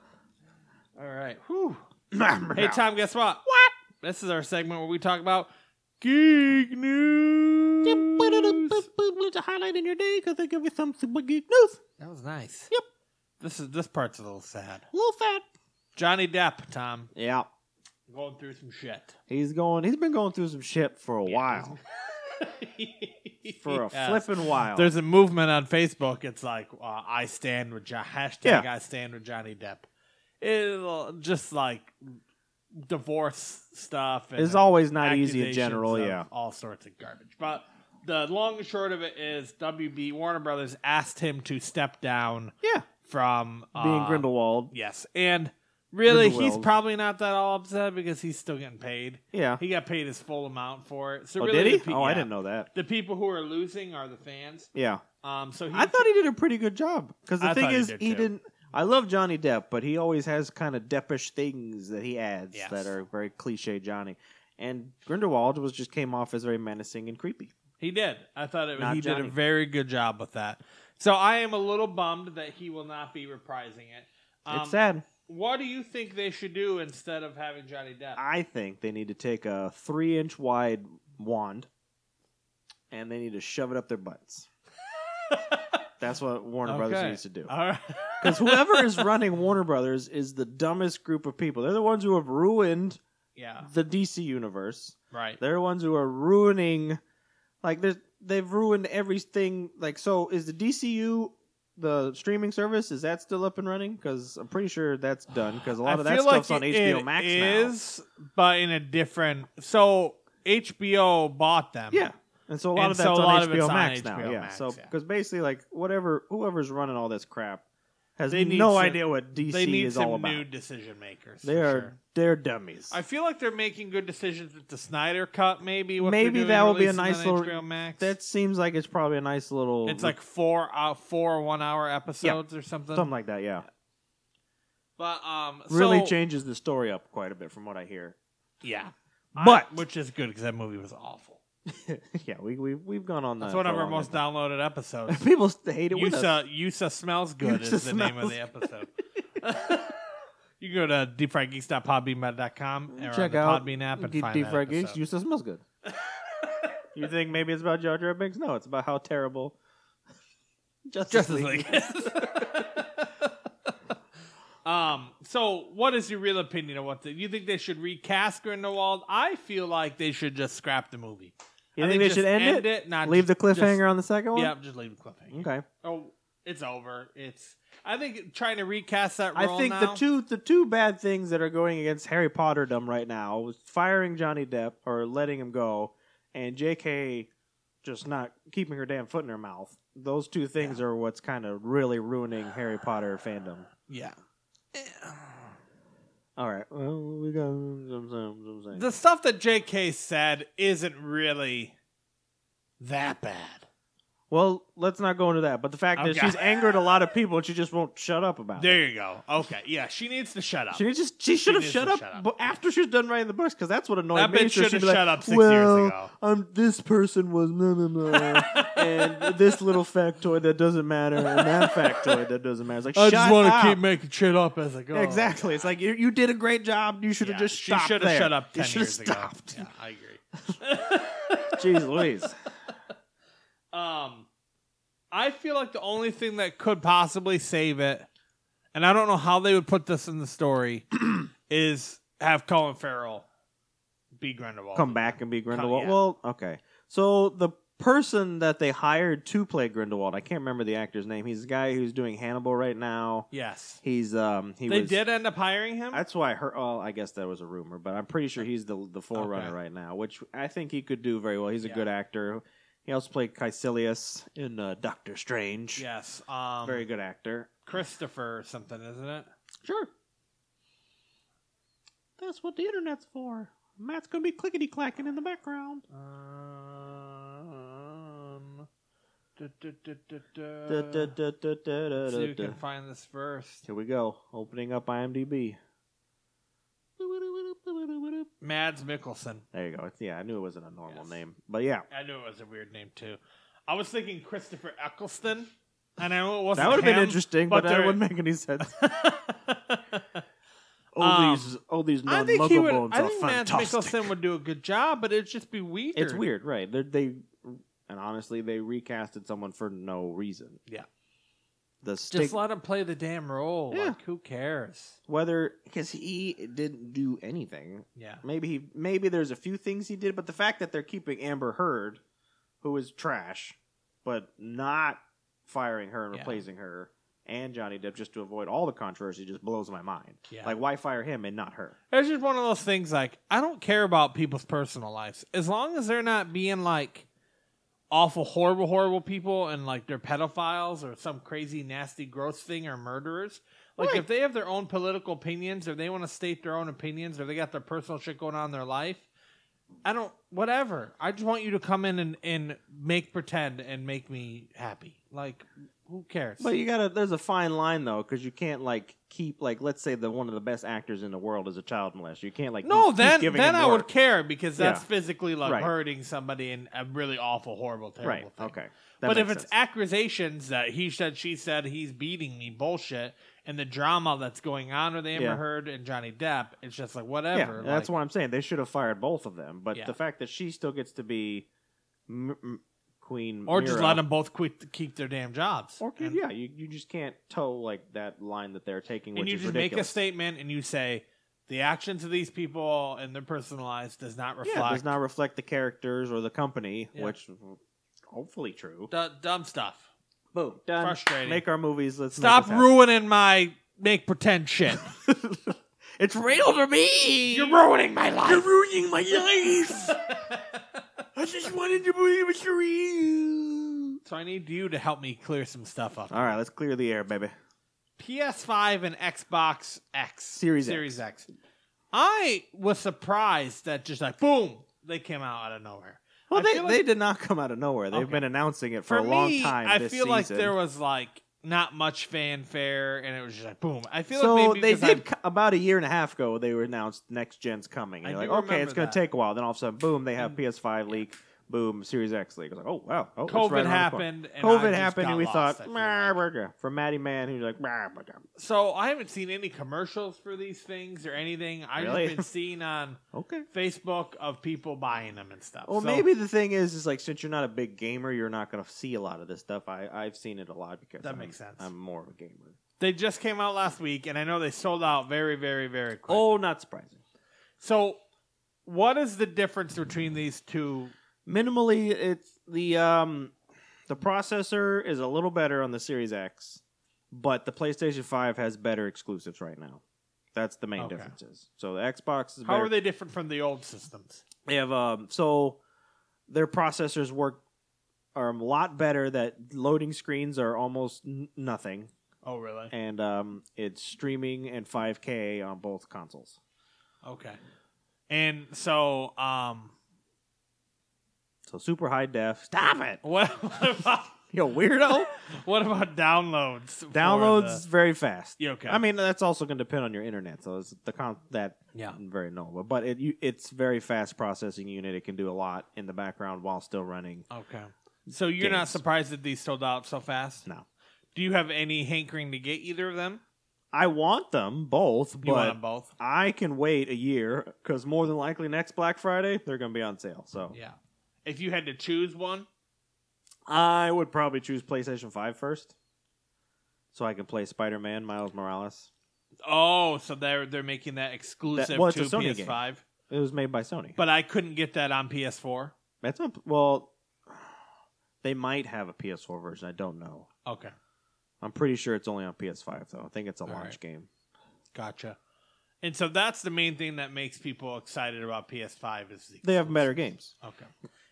All right. Whew. hey, Tom, guess what?
What?
This is our segment where we talk about geek
Mm.
news.
It's a highlight in your day because they give you some super geek news.
That was nice.
Yep.
This is this part's a little sad.
A little fat.
Johnny Depp, Tom,
Yeah,
going through some shit
he's going. He's been going through some shit for a while. For a
Yes.
flipping while.
There's a movement on Facebook. It's like uh, I stand with jo- hashtag
Yeah.
I stand with Johnny Depp, it'll just like divorce stuff. and
It's always not easy in
accusations
general,
of
yeah.
all sorts of garbage. But the long and short of it is, WB Warner Brothers asked him to step down.
Yeah.
from
Being
uh,
Grindelwald.
Yes, and really, he's
Grindelwald.
probably not that all upset because he's still getting paid.
Yeah.
He got paid his full amount for it. So
oh,
really,
did
the
he?
pe-
Oh, I
yeah.
didn't know that.
The people who are losing are the fans.
Yeah.
Um, so he,
I thought he did a pretty good job. Because the
I
thing
thought he
is,
did
he
too.
didn't. I love Johnny Depp, but he always has kind of Deppish things that he adds
Yes.
that are very cliche Johnny. And Grindelwald was just came off as very menacing and creepy.
he did. I thought it,
Not
he did
Johnny.
a very good job with that. So I am a little bummed that he will not be reprising it. Um,
it's sad.
What do you think they should do instead of having Johnny Depp?
I think they need to take a three inch wide wand and they need to shove it up their butts. That's what Warner Brothers
Okay. Uh,
needs to do.
All right.
Because whoever is running Warner Brothers is the dumbest group of people. They're the ones who have ruined
yeah,
the DC universe.
right.
They're the ones who are ruining, like there's- they've ruined everything. Like, so is the DCU the streaming service? Is that still up and running? Because I'm pretty sure that's done. Because a lot of that stuff's on
it-
HBO
it
Max
is, but in a different. So HBO bought them.
now. Yeah, and so a lot
And
of that's
so a
on
lot of
HBO
it's on
Max now.
HBO
yeah,
Max,
so
yeah.
because basically, like whatever whoever's running all this crap has
They need
no
some-
idea what DC
they need
is
some
all about.
new decision makers.
they
for
are
sure.
they're dummies.
I feel like they're making good decisions with the Snyder Cut. Maybe what
Maybe
they're doing,
that will be a
releasing
nice
on
little-
HBO Max.
that seems like it's probably a nice little.
it's like four uh, four one hour episodes or something.
something like that. Yeah,
But um,
really
so-
changes the story up quite a bit from what I hear.
Yeah,
But-
I- which is good because that movie was awful.
yeah, we we we've gone on that.
That's one
for
of
a
our
long
most
time.
downloaded episodes.
people st- hate it with us.
Yusa, Yusa smells good
Yusa
is the name of the episode. you can go to deepfriedgeeks.podbean.com or
Check
on the
out
Podbean app and
Deep
find
Deep
that
Fried Geeks.
episode.
Used to smells good. you think maybe it's about Jar Jar Binks? No, it's about how terrible. Justice,
Justice
League.
League. um. So, what is your real opinion of what the, you think they should recast Grindelwald? I feel like they should just scrap the movie.
You
I
think, they
just
should end, it?
not
Leave the
just-
cliffhanger
just-
on the second one.
Yeah, just leave the cliffhanger.
Okay.
Oh, it's over. It's. I think trying to recast that.
I
role
think the
now-
two the two bad things that are going against Harry Potterdom right now was firing Johnny Depp or letting him go, and J.K. just not keeping her damn foot in her mouth. Those two things are what's kind of really ruining Harry Potter fandom.
Yeah.
All right, well we got I'm saying- I'm saying.
the stuff that JK said isn't really that bad.
well, let's not go into that. But the fact is,
Okay.
she's angered a lot of people, and she just won't shut up about it.
There you go. Okay. Yeah, she needs to shut up.
She just she should have
needs
shut
to
up,
shut up.
but after she was done writing the books because that's what annoyed
That
me.
bitch
So she'd
should've
be like,
shut up six years
well,
ago."
I'm this person was no no no, and this little factoid that doesn't matter, and that factoid that doesn't matter. It's like shut
wanna
up.
making shit up as I go.
exactly. It's like you, you did a great job. You should
Yeah,
have just
she
stopped
should have
there.
shut up
You
ten
should have
years
stopped.
ago. Yeah, I agree.
Jeez Louise.
um, I feel like the only thing that could possibly save it, and I don't know how they would put this in the story, is have Colin Farrell be Grindelwald.
Come back and be Grindelwald.
Oh, yeah.
Well, okay. So the person that they hired to play Grindelwald, I can't remember the actor's name. He's the guy who's doing Hannibal right now.
Yes.
He's um he
they
was
did end up hiring him.
That's why I heard. Well, I guess that was a rumor, but I'm pretty sure he's the the forerunner
Okay.
right now, which I think he could do very well. He's a
Yeah.
good actor. He also played Caecilius in uh, Doctor Strange.
yes. Um,
very good actor.
Christopher or something, isn't it?
Sure. That's what the internet's for. Matt's gonna be clickety clacking in the background.
Um, duh, duh, duh, duh, duh.
Da, da, da, da, da, da,
Let's see who
da.
Uh, can find this first.
Here we go. Opening up IMDb.
Mads Mikkelsen.
There you go. It's- Yeah, I knew it wasn't a normal
Yes.
name, but yeah,
I knew it was a weird name too. I was thinking Christopher Eccleston. I know it wasn't.
that would have been
him,
interesting, but, that
there-
wouldn't make any sense. All
Um,
these, all these
I
non
think he
muggle
would.
bones
I
are
think Mads
fantastic.
Mikkelsen would do a good job, but it'd just be weird.
It's weird, right? They're, they and honestly, they recasted someone for no reason.
Yeah.
the
Just
stick
let him play the damn role.
Yeah.
Like, who cares?
whether because he didn't do anything.
Yeah.
Maybe he, maybe there's a few things he did, but the fact that they're keeping Amber Heard, who is trash, but not firing her and
Yeah.
replacing her, and Johnny Depp just to avoid all the controversy just blows my mind.
Yeah.
Like, why fire him and not her?
It's just one of those things like I don't care about people's personal lives as long as they're not being like awful, horrible, horrible people and like they're pedophiles or some crazy, nasty, gross thing or murderers. Like if they have their own political opinions or they want to state their own opinions or they got their personal shit going on in their life, I don't. Whatever. I just want you to come in and and make pretend and make me happy. Like who cares?
But you gotta. There's a fine line though, because you can't like keep like let's say the one of the best actors in the world is a child molester. You can't like
No,
keep
then
giving
then
him
I would
work.
care because that's
Yeah.
physically like
Right.
hurting somebody in a really awful, horrible, terrible
right.
thing.
Okay, That
But if
makes
it's
sense.
accusations that he said, she said, he's beating me, bullshit, and the drama that's going on with Amber
Yeah.
Heard and Johnny Depp, it's just like
yeah,
whatever.
that's
like,
what I'm saying. They should have fired both of them. But
Yeah.
the fact that she still gets to be m- m- Queen,
Or just
Mira-
let them both quit, keep their damn jobs.
Or
and,
yeah, you, you just can't toe like that line that they're taking.
and
which
you
is
just make a
ridiculous.
statement and you say the actions of these people and their personal lives does not reflect
Yeah, does not reflect the characters or the company,
Yeah.
which hopefully true.
du- dumb stuff.
Boom, done.
Frustrating.
Make our movies. Let's make
Stop
this happen.
ruining my make pretend shit.
it's real to me.
You're
ruining my life. You're ruining my
so
life. I just wanted to believe it's real.
I need you to help me clear some stuff up.
All right, let's clear the air, baby.
PS5 and Xbox X
Series X.
Series X. I was surprised that just like boom, they came out out of nowhere.
Well,
I
they,
feel like-
they did not come out of nowhere. They've
Okay.
been announcing it
For
for, a long
me,
time.
I
this
feel like
season.
there was like not much fanfare, and it was just like boom. I feel
so
like maybe
they
because
did co- about a year and a half ago. They were announced next gen's coming.
I
And you're
do
like, okay,
remember
it's going
that. Mm.
to take a while. Then all of a sudden, boom, they have PS5 leak. Boom, Series X leak. I was like, oh wow, oh,
I-
it's
COVID
right around the corner.
happened. And I
COVID
just
happened,
got
and we
lost, I
thought,
feel
"Meh,
like.
burger," from Maddie Mann, who's like, "Meh, burger."
so I haven't seen any commercials for these things or anything. I've
Really?
just been seeing on
okay.
Facebook of people buying them and stuff.
Well,
So-
maybe the thing is, is like since you're not a big gamer, you're not going to see a lot of this stuff. I I've seen it a lot because
That
I'm-
makes sense.
I'm more of a gamer.
they just came out last week, and I know they sold out very, very, very quick.
Oh, not surprising.
So, what is the difference between these two?
Minimally, it's the um the processor is a little better on the Series X, but the PlayStation Five has better exclusives right now. That's the main
Okay.
differences. So the Xbox is
How
better.
are they different from the old systems?
They have um so their processors work are a lot better. That loading screens are almost n- nothing,
Oh, really?
and um it's streaming and 5K on both consoles.
Okay. And so, um,
So super high def. Stop it,
what, what about
yo weirdo.
what about downloads? for
Downloads very fast.
the- yeah, okay.
I mean, that's also going to depend on your internet. So it's the con- that
Yeah.
very knowable, but it you, it's very fast processing unit. It can do a lot in the background while still running.
okay. So you're not
Games.
surprised that these sold out so fast?
No.
Do you have any hankering to get either of them?
I want them both,
You want
but
them both?
I can wait a year because more than likely next Black Friday they're going to be on sale. So
Yeah. If you had to choose one,
I would probably choose PlayStation 5 first, so I can play Spider Man Miles Morales.
oh, so they're they're making that exclusive
well, it's
to
a Sony game.
PS5,
It was made by Sony.
but I couldn't get that on PS4.
that's not, well, they might have a PS4 version. I don't know.
Okay.
I'm pretty sure it's only on PS5 though. I think it's a
All
launch
right.
game.
Gotcha. And so that's the main thing that makes people excited about PS5 is the
They have better games.
Okay.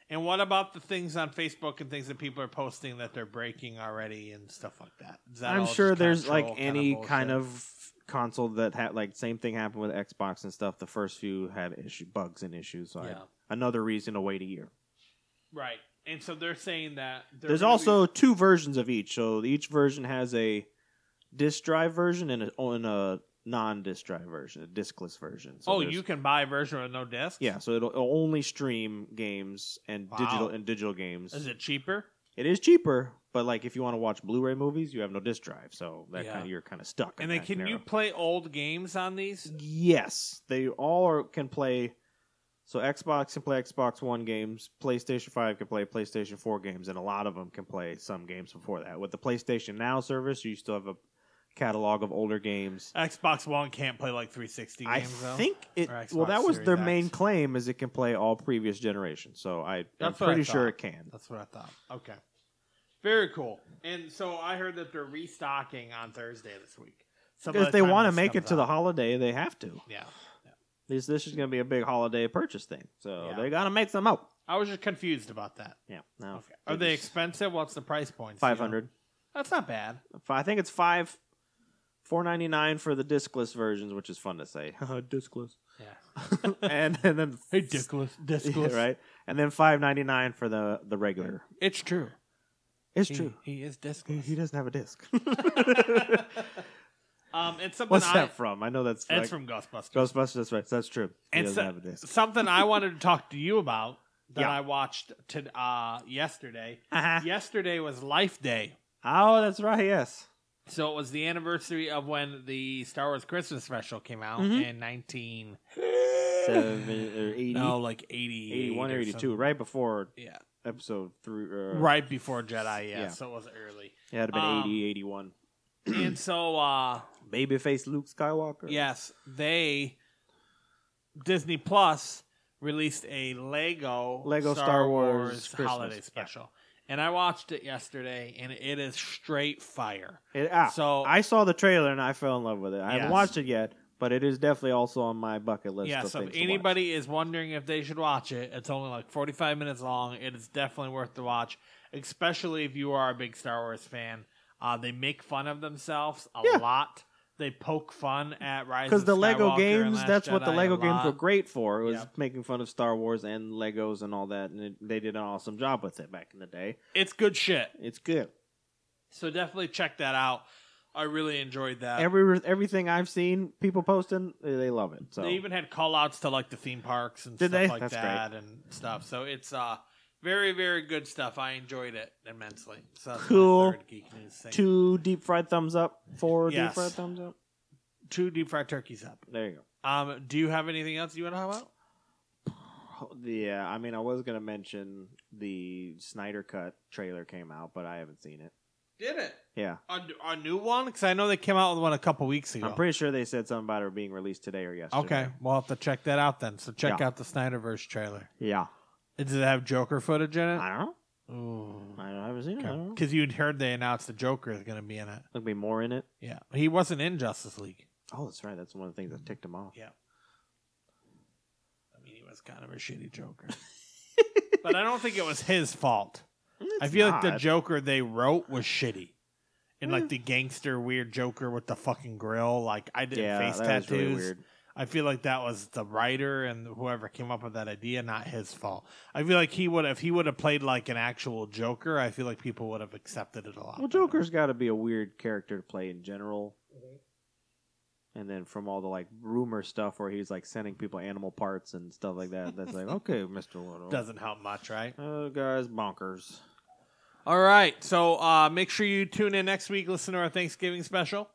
And what about the things on Facebook and things that people are posting that they're breaking already and stuff like that? Is that all
I'm
just
sure
kinda
there's like
troll kinda
any
bullshit?
kind of console that had like same thing happened with Xbox and stuff. The first few had issue bugs and issues. So I-
Yeah.
another reason to wait a year.
right. And so they're saying that they're
There's
gonna
also
be-
two versions of each. So each version has a disk drive version and a, oh, and a non-disk drive version, a diskless version. So
oh,
there's-
you can buy a version with no disc.
yeah. So it'll, it'll only stream games and
Wow.
digital and digital games.
Is it cheaper?
It is cheaper, but like if you want to watch Blu-ray movies, you have no disc drive, so that
Yeah.
kind of, you're kind of stuck. in
And then
that
can you
scenario.
play old games on these?
Yes, they all are, can play. So Xbox can play Xbox One games, PlayStation Five can play PlayStation Four games, and a lot of them can play some games before that. With the PlayStation Now service, you still have a catalog of older games.
Xbox One can't play like 360
I
games though.
think it.
Or Xbox
Well, that was
Series
their
X.
main claim is it can play all previous generations. So I,
That's what
I'm
I
pretty sure
thought.
it can.
That's what I thought. Okay. Very cool. And so I heard that they're restocking on Thursday this week. So by
Because
the
they
time
want to
this
make it
comes
to the
out-
holiday, they have to.
Yeah.
This this is going to be a big holiday purchase thing, so
Yeah.
they got to make some up.
I was just confused about that.
Yeah. No.
Okay. Are they
just
expensive? What's the price point?
Oh. five hundred?
That's not bad.
I think it's five. Four ninety nine for the discless versions, which is fun to say. discless.
Yeah.
and and then
hey, Dickless.
Yeah,
Dickless.
right? And then five ninety nine for the the regular.
It's true.
It's
He-
true.
He is
He,
Dickless.
he doesn't have a disc.
um, it's something
What's
I,
that from? I know that's
It's
like-
from Ghostbusters.
Ghostbusters. That's right. That's true. He
It's
doesn't
a-
have a disc.
something I wanted to talk to you about that
Yeah.
I watched to, uh, yesterday.
Uh-huh.
Yesterday was Life Day.
Oh, that's right. Yes.
So it was the anniversary of when the Star Wars Christmas special came out in 19
Seven or eighty.
no like 80
81 or 82, right before
Yeah.
episode three. Or,
Right before Jedi, yeah,
Yeah.
So it was early.
It had to been
Um,
80, 81.
and so uh
Babyface Luke Skywalker.
yes, they Disney Plus released a Lego
Lego
Star,
Star Wars
Wars,
Christmas,
holiday
yeah.
special. And I watched it yesterday and it is straight fire.
It- ah,
So
I saw the trailer and I fell in love with it.
Yes.
I haven't watched it yet, but it is definitely also on my bucket list.
yeah,
of
so if
things to watch.
anybody is wondering if they should watch it, it's only like 45 minutes long. It is definitely worth the watch, especially if you are a big Star Wars fan. Uh, they make fun of themselves a
Yeah.
lot. They poke fun at Rise
because
because
the Lego games, that's what the Lego games were great for. It was
Yep.
making fun of Star Wars and Legos and all that, and it, they did an awesome job with it back in the day.
It's good shit.
It's good.
So definitely check that out. I really enjoyed that.
Every everything I've seen people posting, they love it. So
They even had call outs to like the theme parks and
Did
stuff
they?
like
That's
that and stuff. So it's uh very, very good stuff. I enjoyed it immensely. So that's my
Cool.
third Geek News thing.
two deep fried thumbs up, four
Yes.
deep fried thumbs up.
two deep fried turkeys up.
There you go.
Um, do you have anything else you want to talk about?
Yeah, I mean, I was gonna mention the Snyder Cut trailer came out, but I haven't seen it.
Did it
Yeah,
a, a new one? Because I know they came out with one a couple weeks ago.
I'm pretty sure they said something about it being released today or yesterday.
okay, we'll have to check that out then. So check
Yeah.
out the Snyderverse trailer.
Yeah,
Does it have Joker footage in it?
I don't know. I, don't, I haven't seen it. I don't know.
Because you'd heard they announced the Joker is going to be in it.
There'll be more in it.
Yeah, he wasn't in Justice League.
Oh, that's right. That's one of the things that ticked him off.
I mean, he was kind of a shitty Joker, but I don't think it was his fault. I feel like the
not.
Joker they wrote was shitty. And like the gangster weird Joker with the fucking grill, like I did
yeah,
face
that
tattoos.
was really weird.
I feel like that was the writer and whoever came up with that idea, not his fault. I feel like he would if he would have played like an actual Joker, I feel like people would have accepted it a lot.
Well,
better.
Joker's got to be a weird character to play in general.
Mm-hmm.
And then from all the like rumor stuff where he's like sending people animal parts and stuff like that, that's like okay, Mister Little.
doesn't help much, right?
Oh, guys, bonkers.
All right. So uh, make sure you tune in next week. Listen to our Thanksgiving special.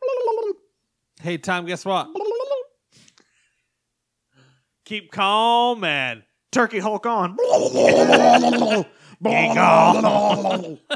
Hey, Tom, guess what? Keep calm and
Turkey Hulk on.
Beagle.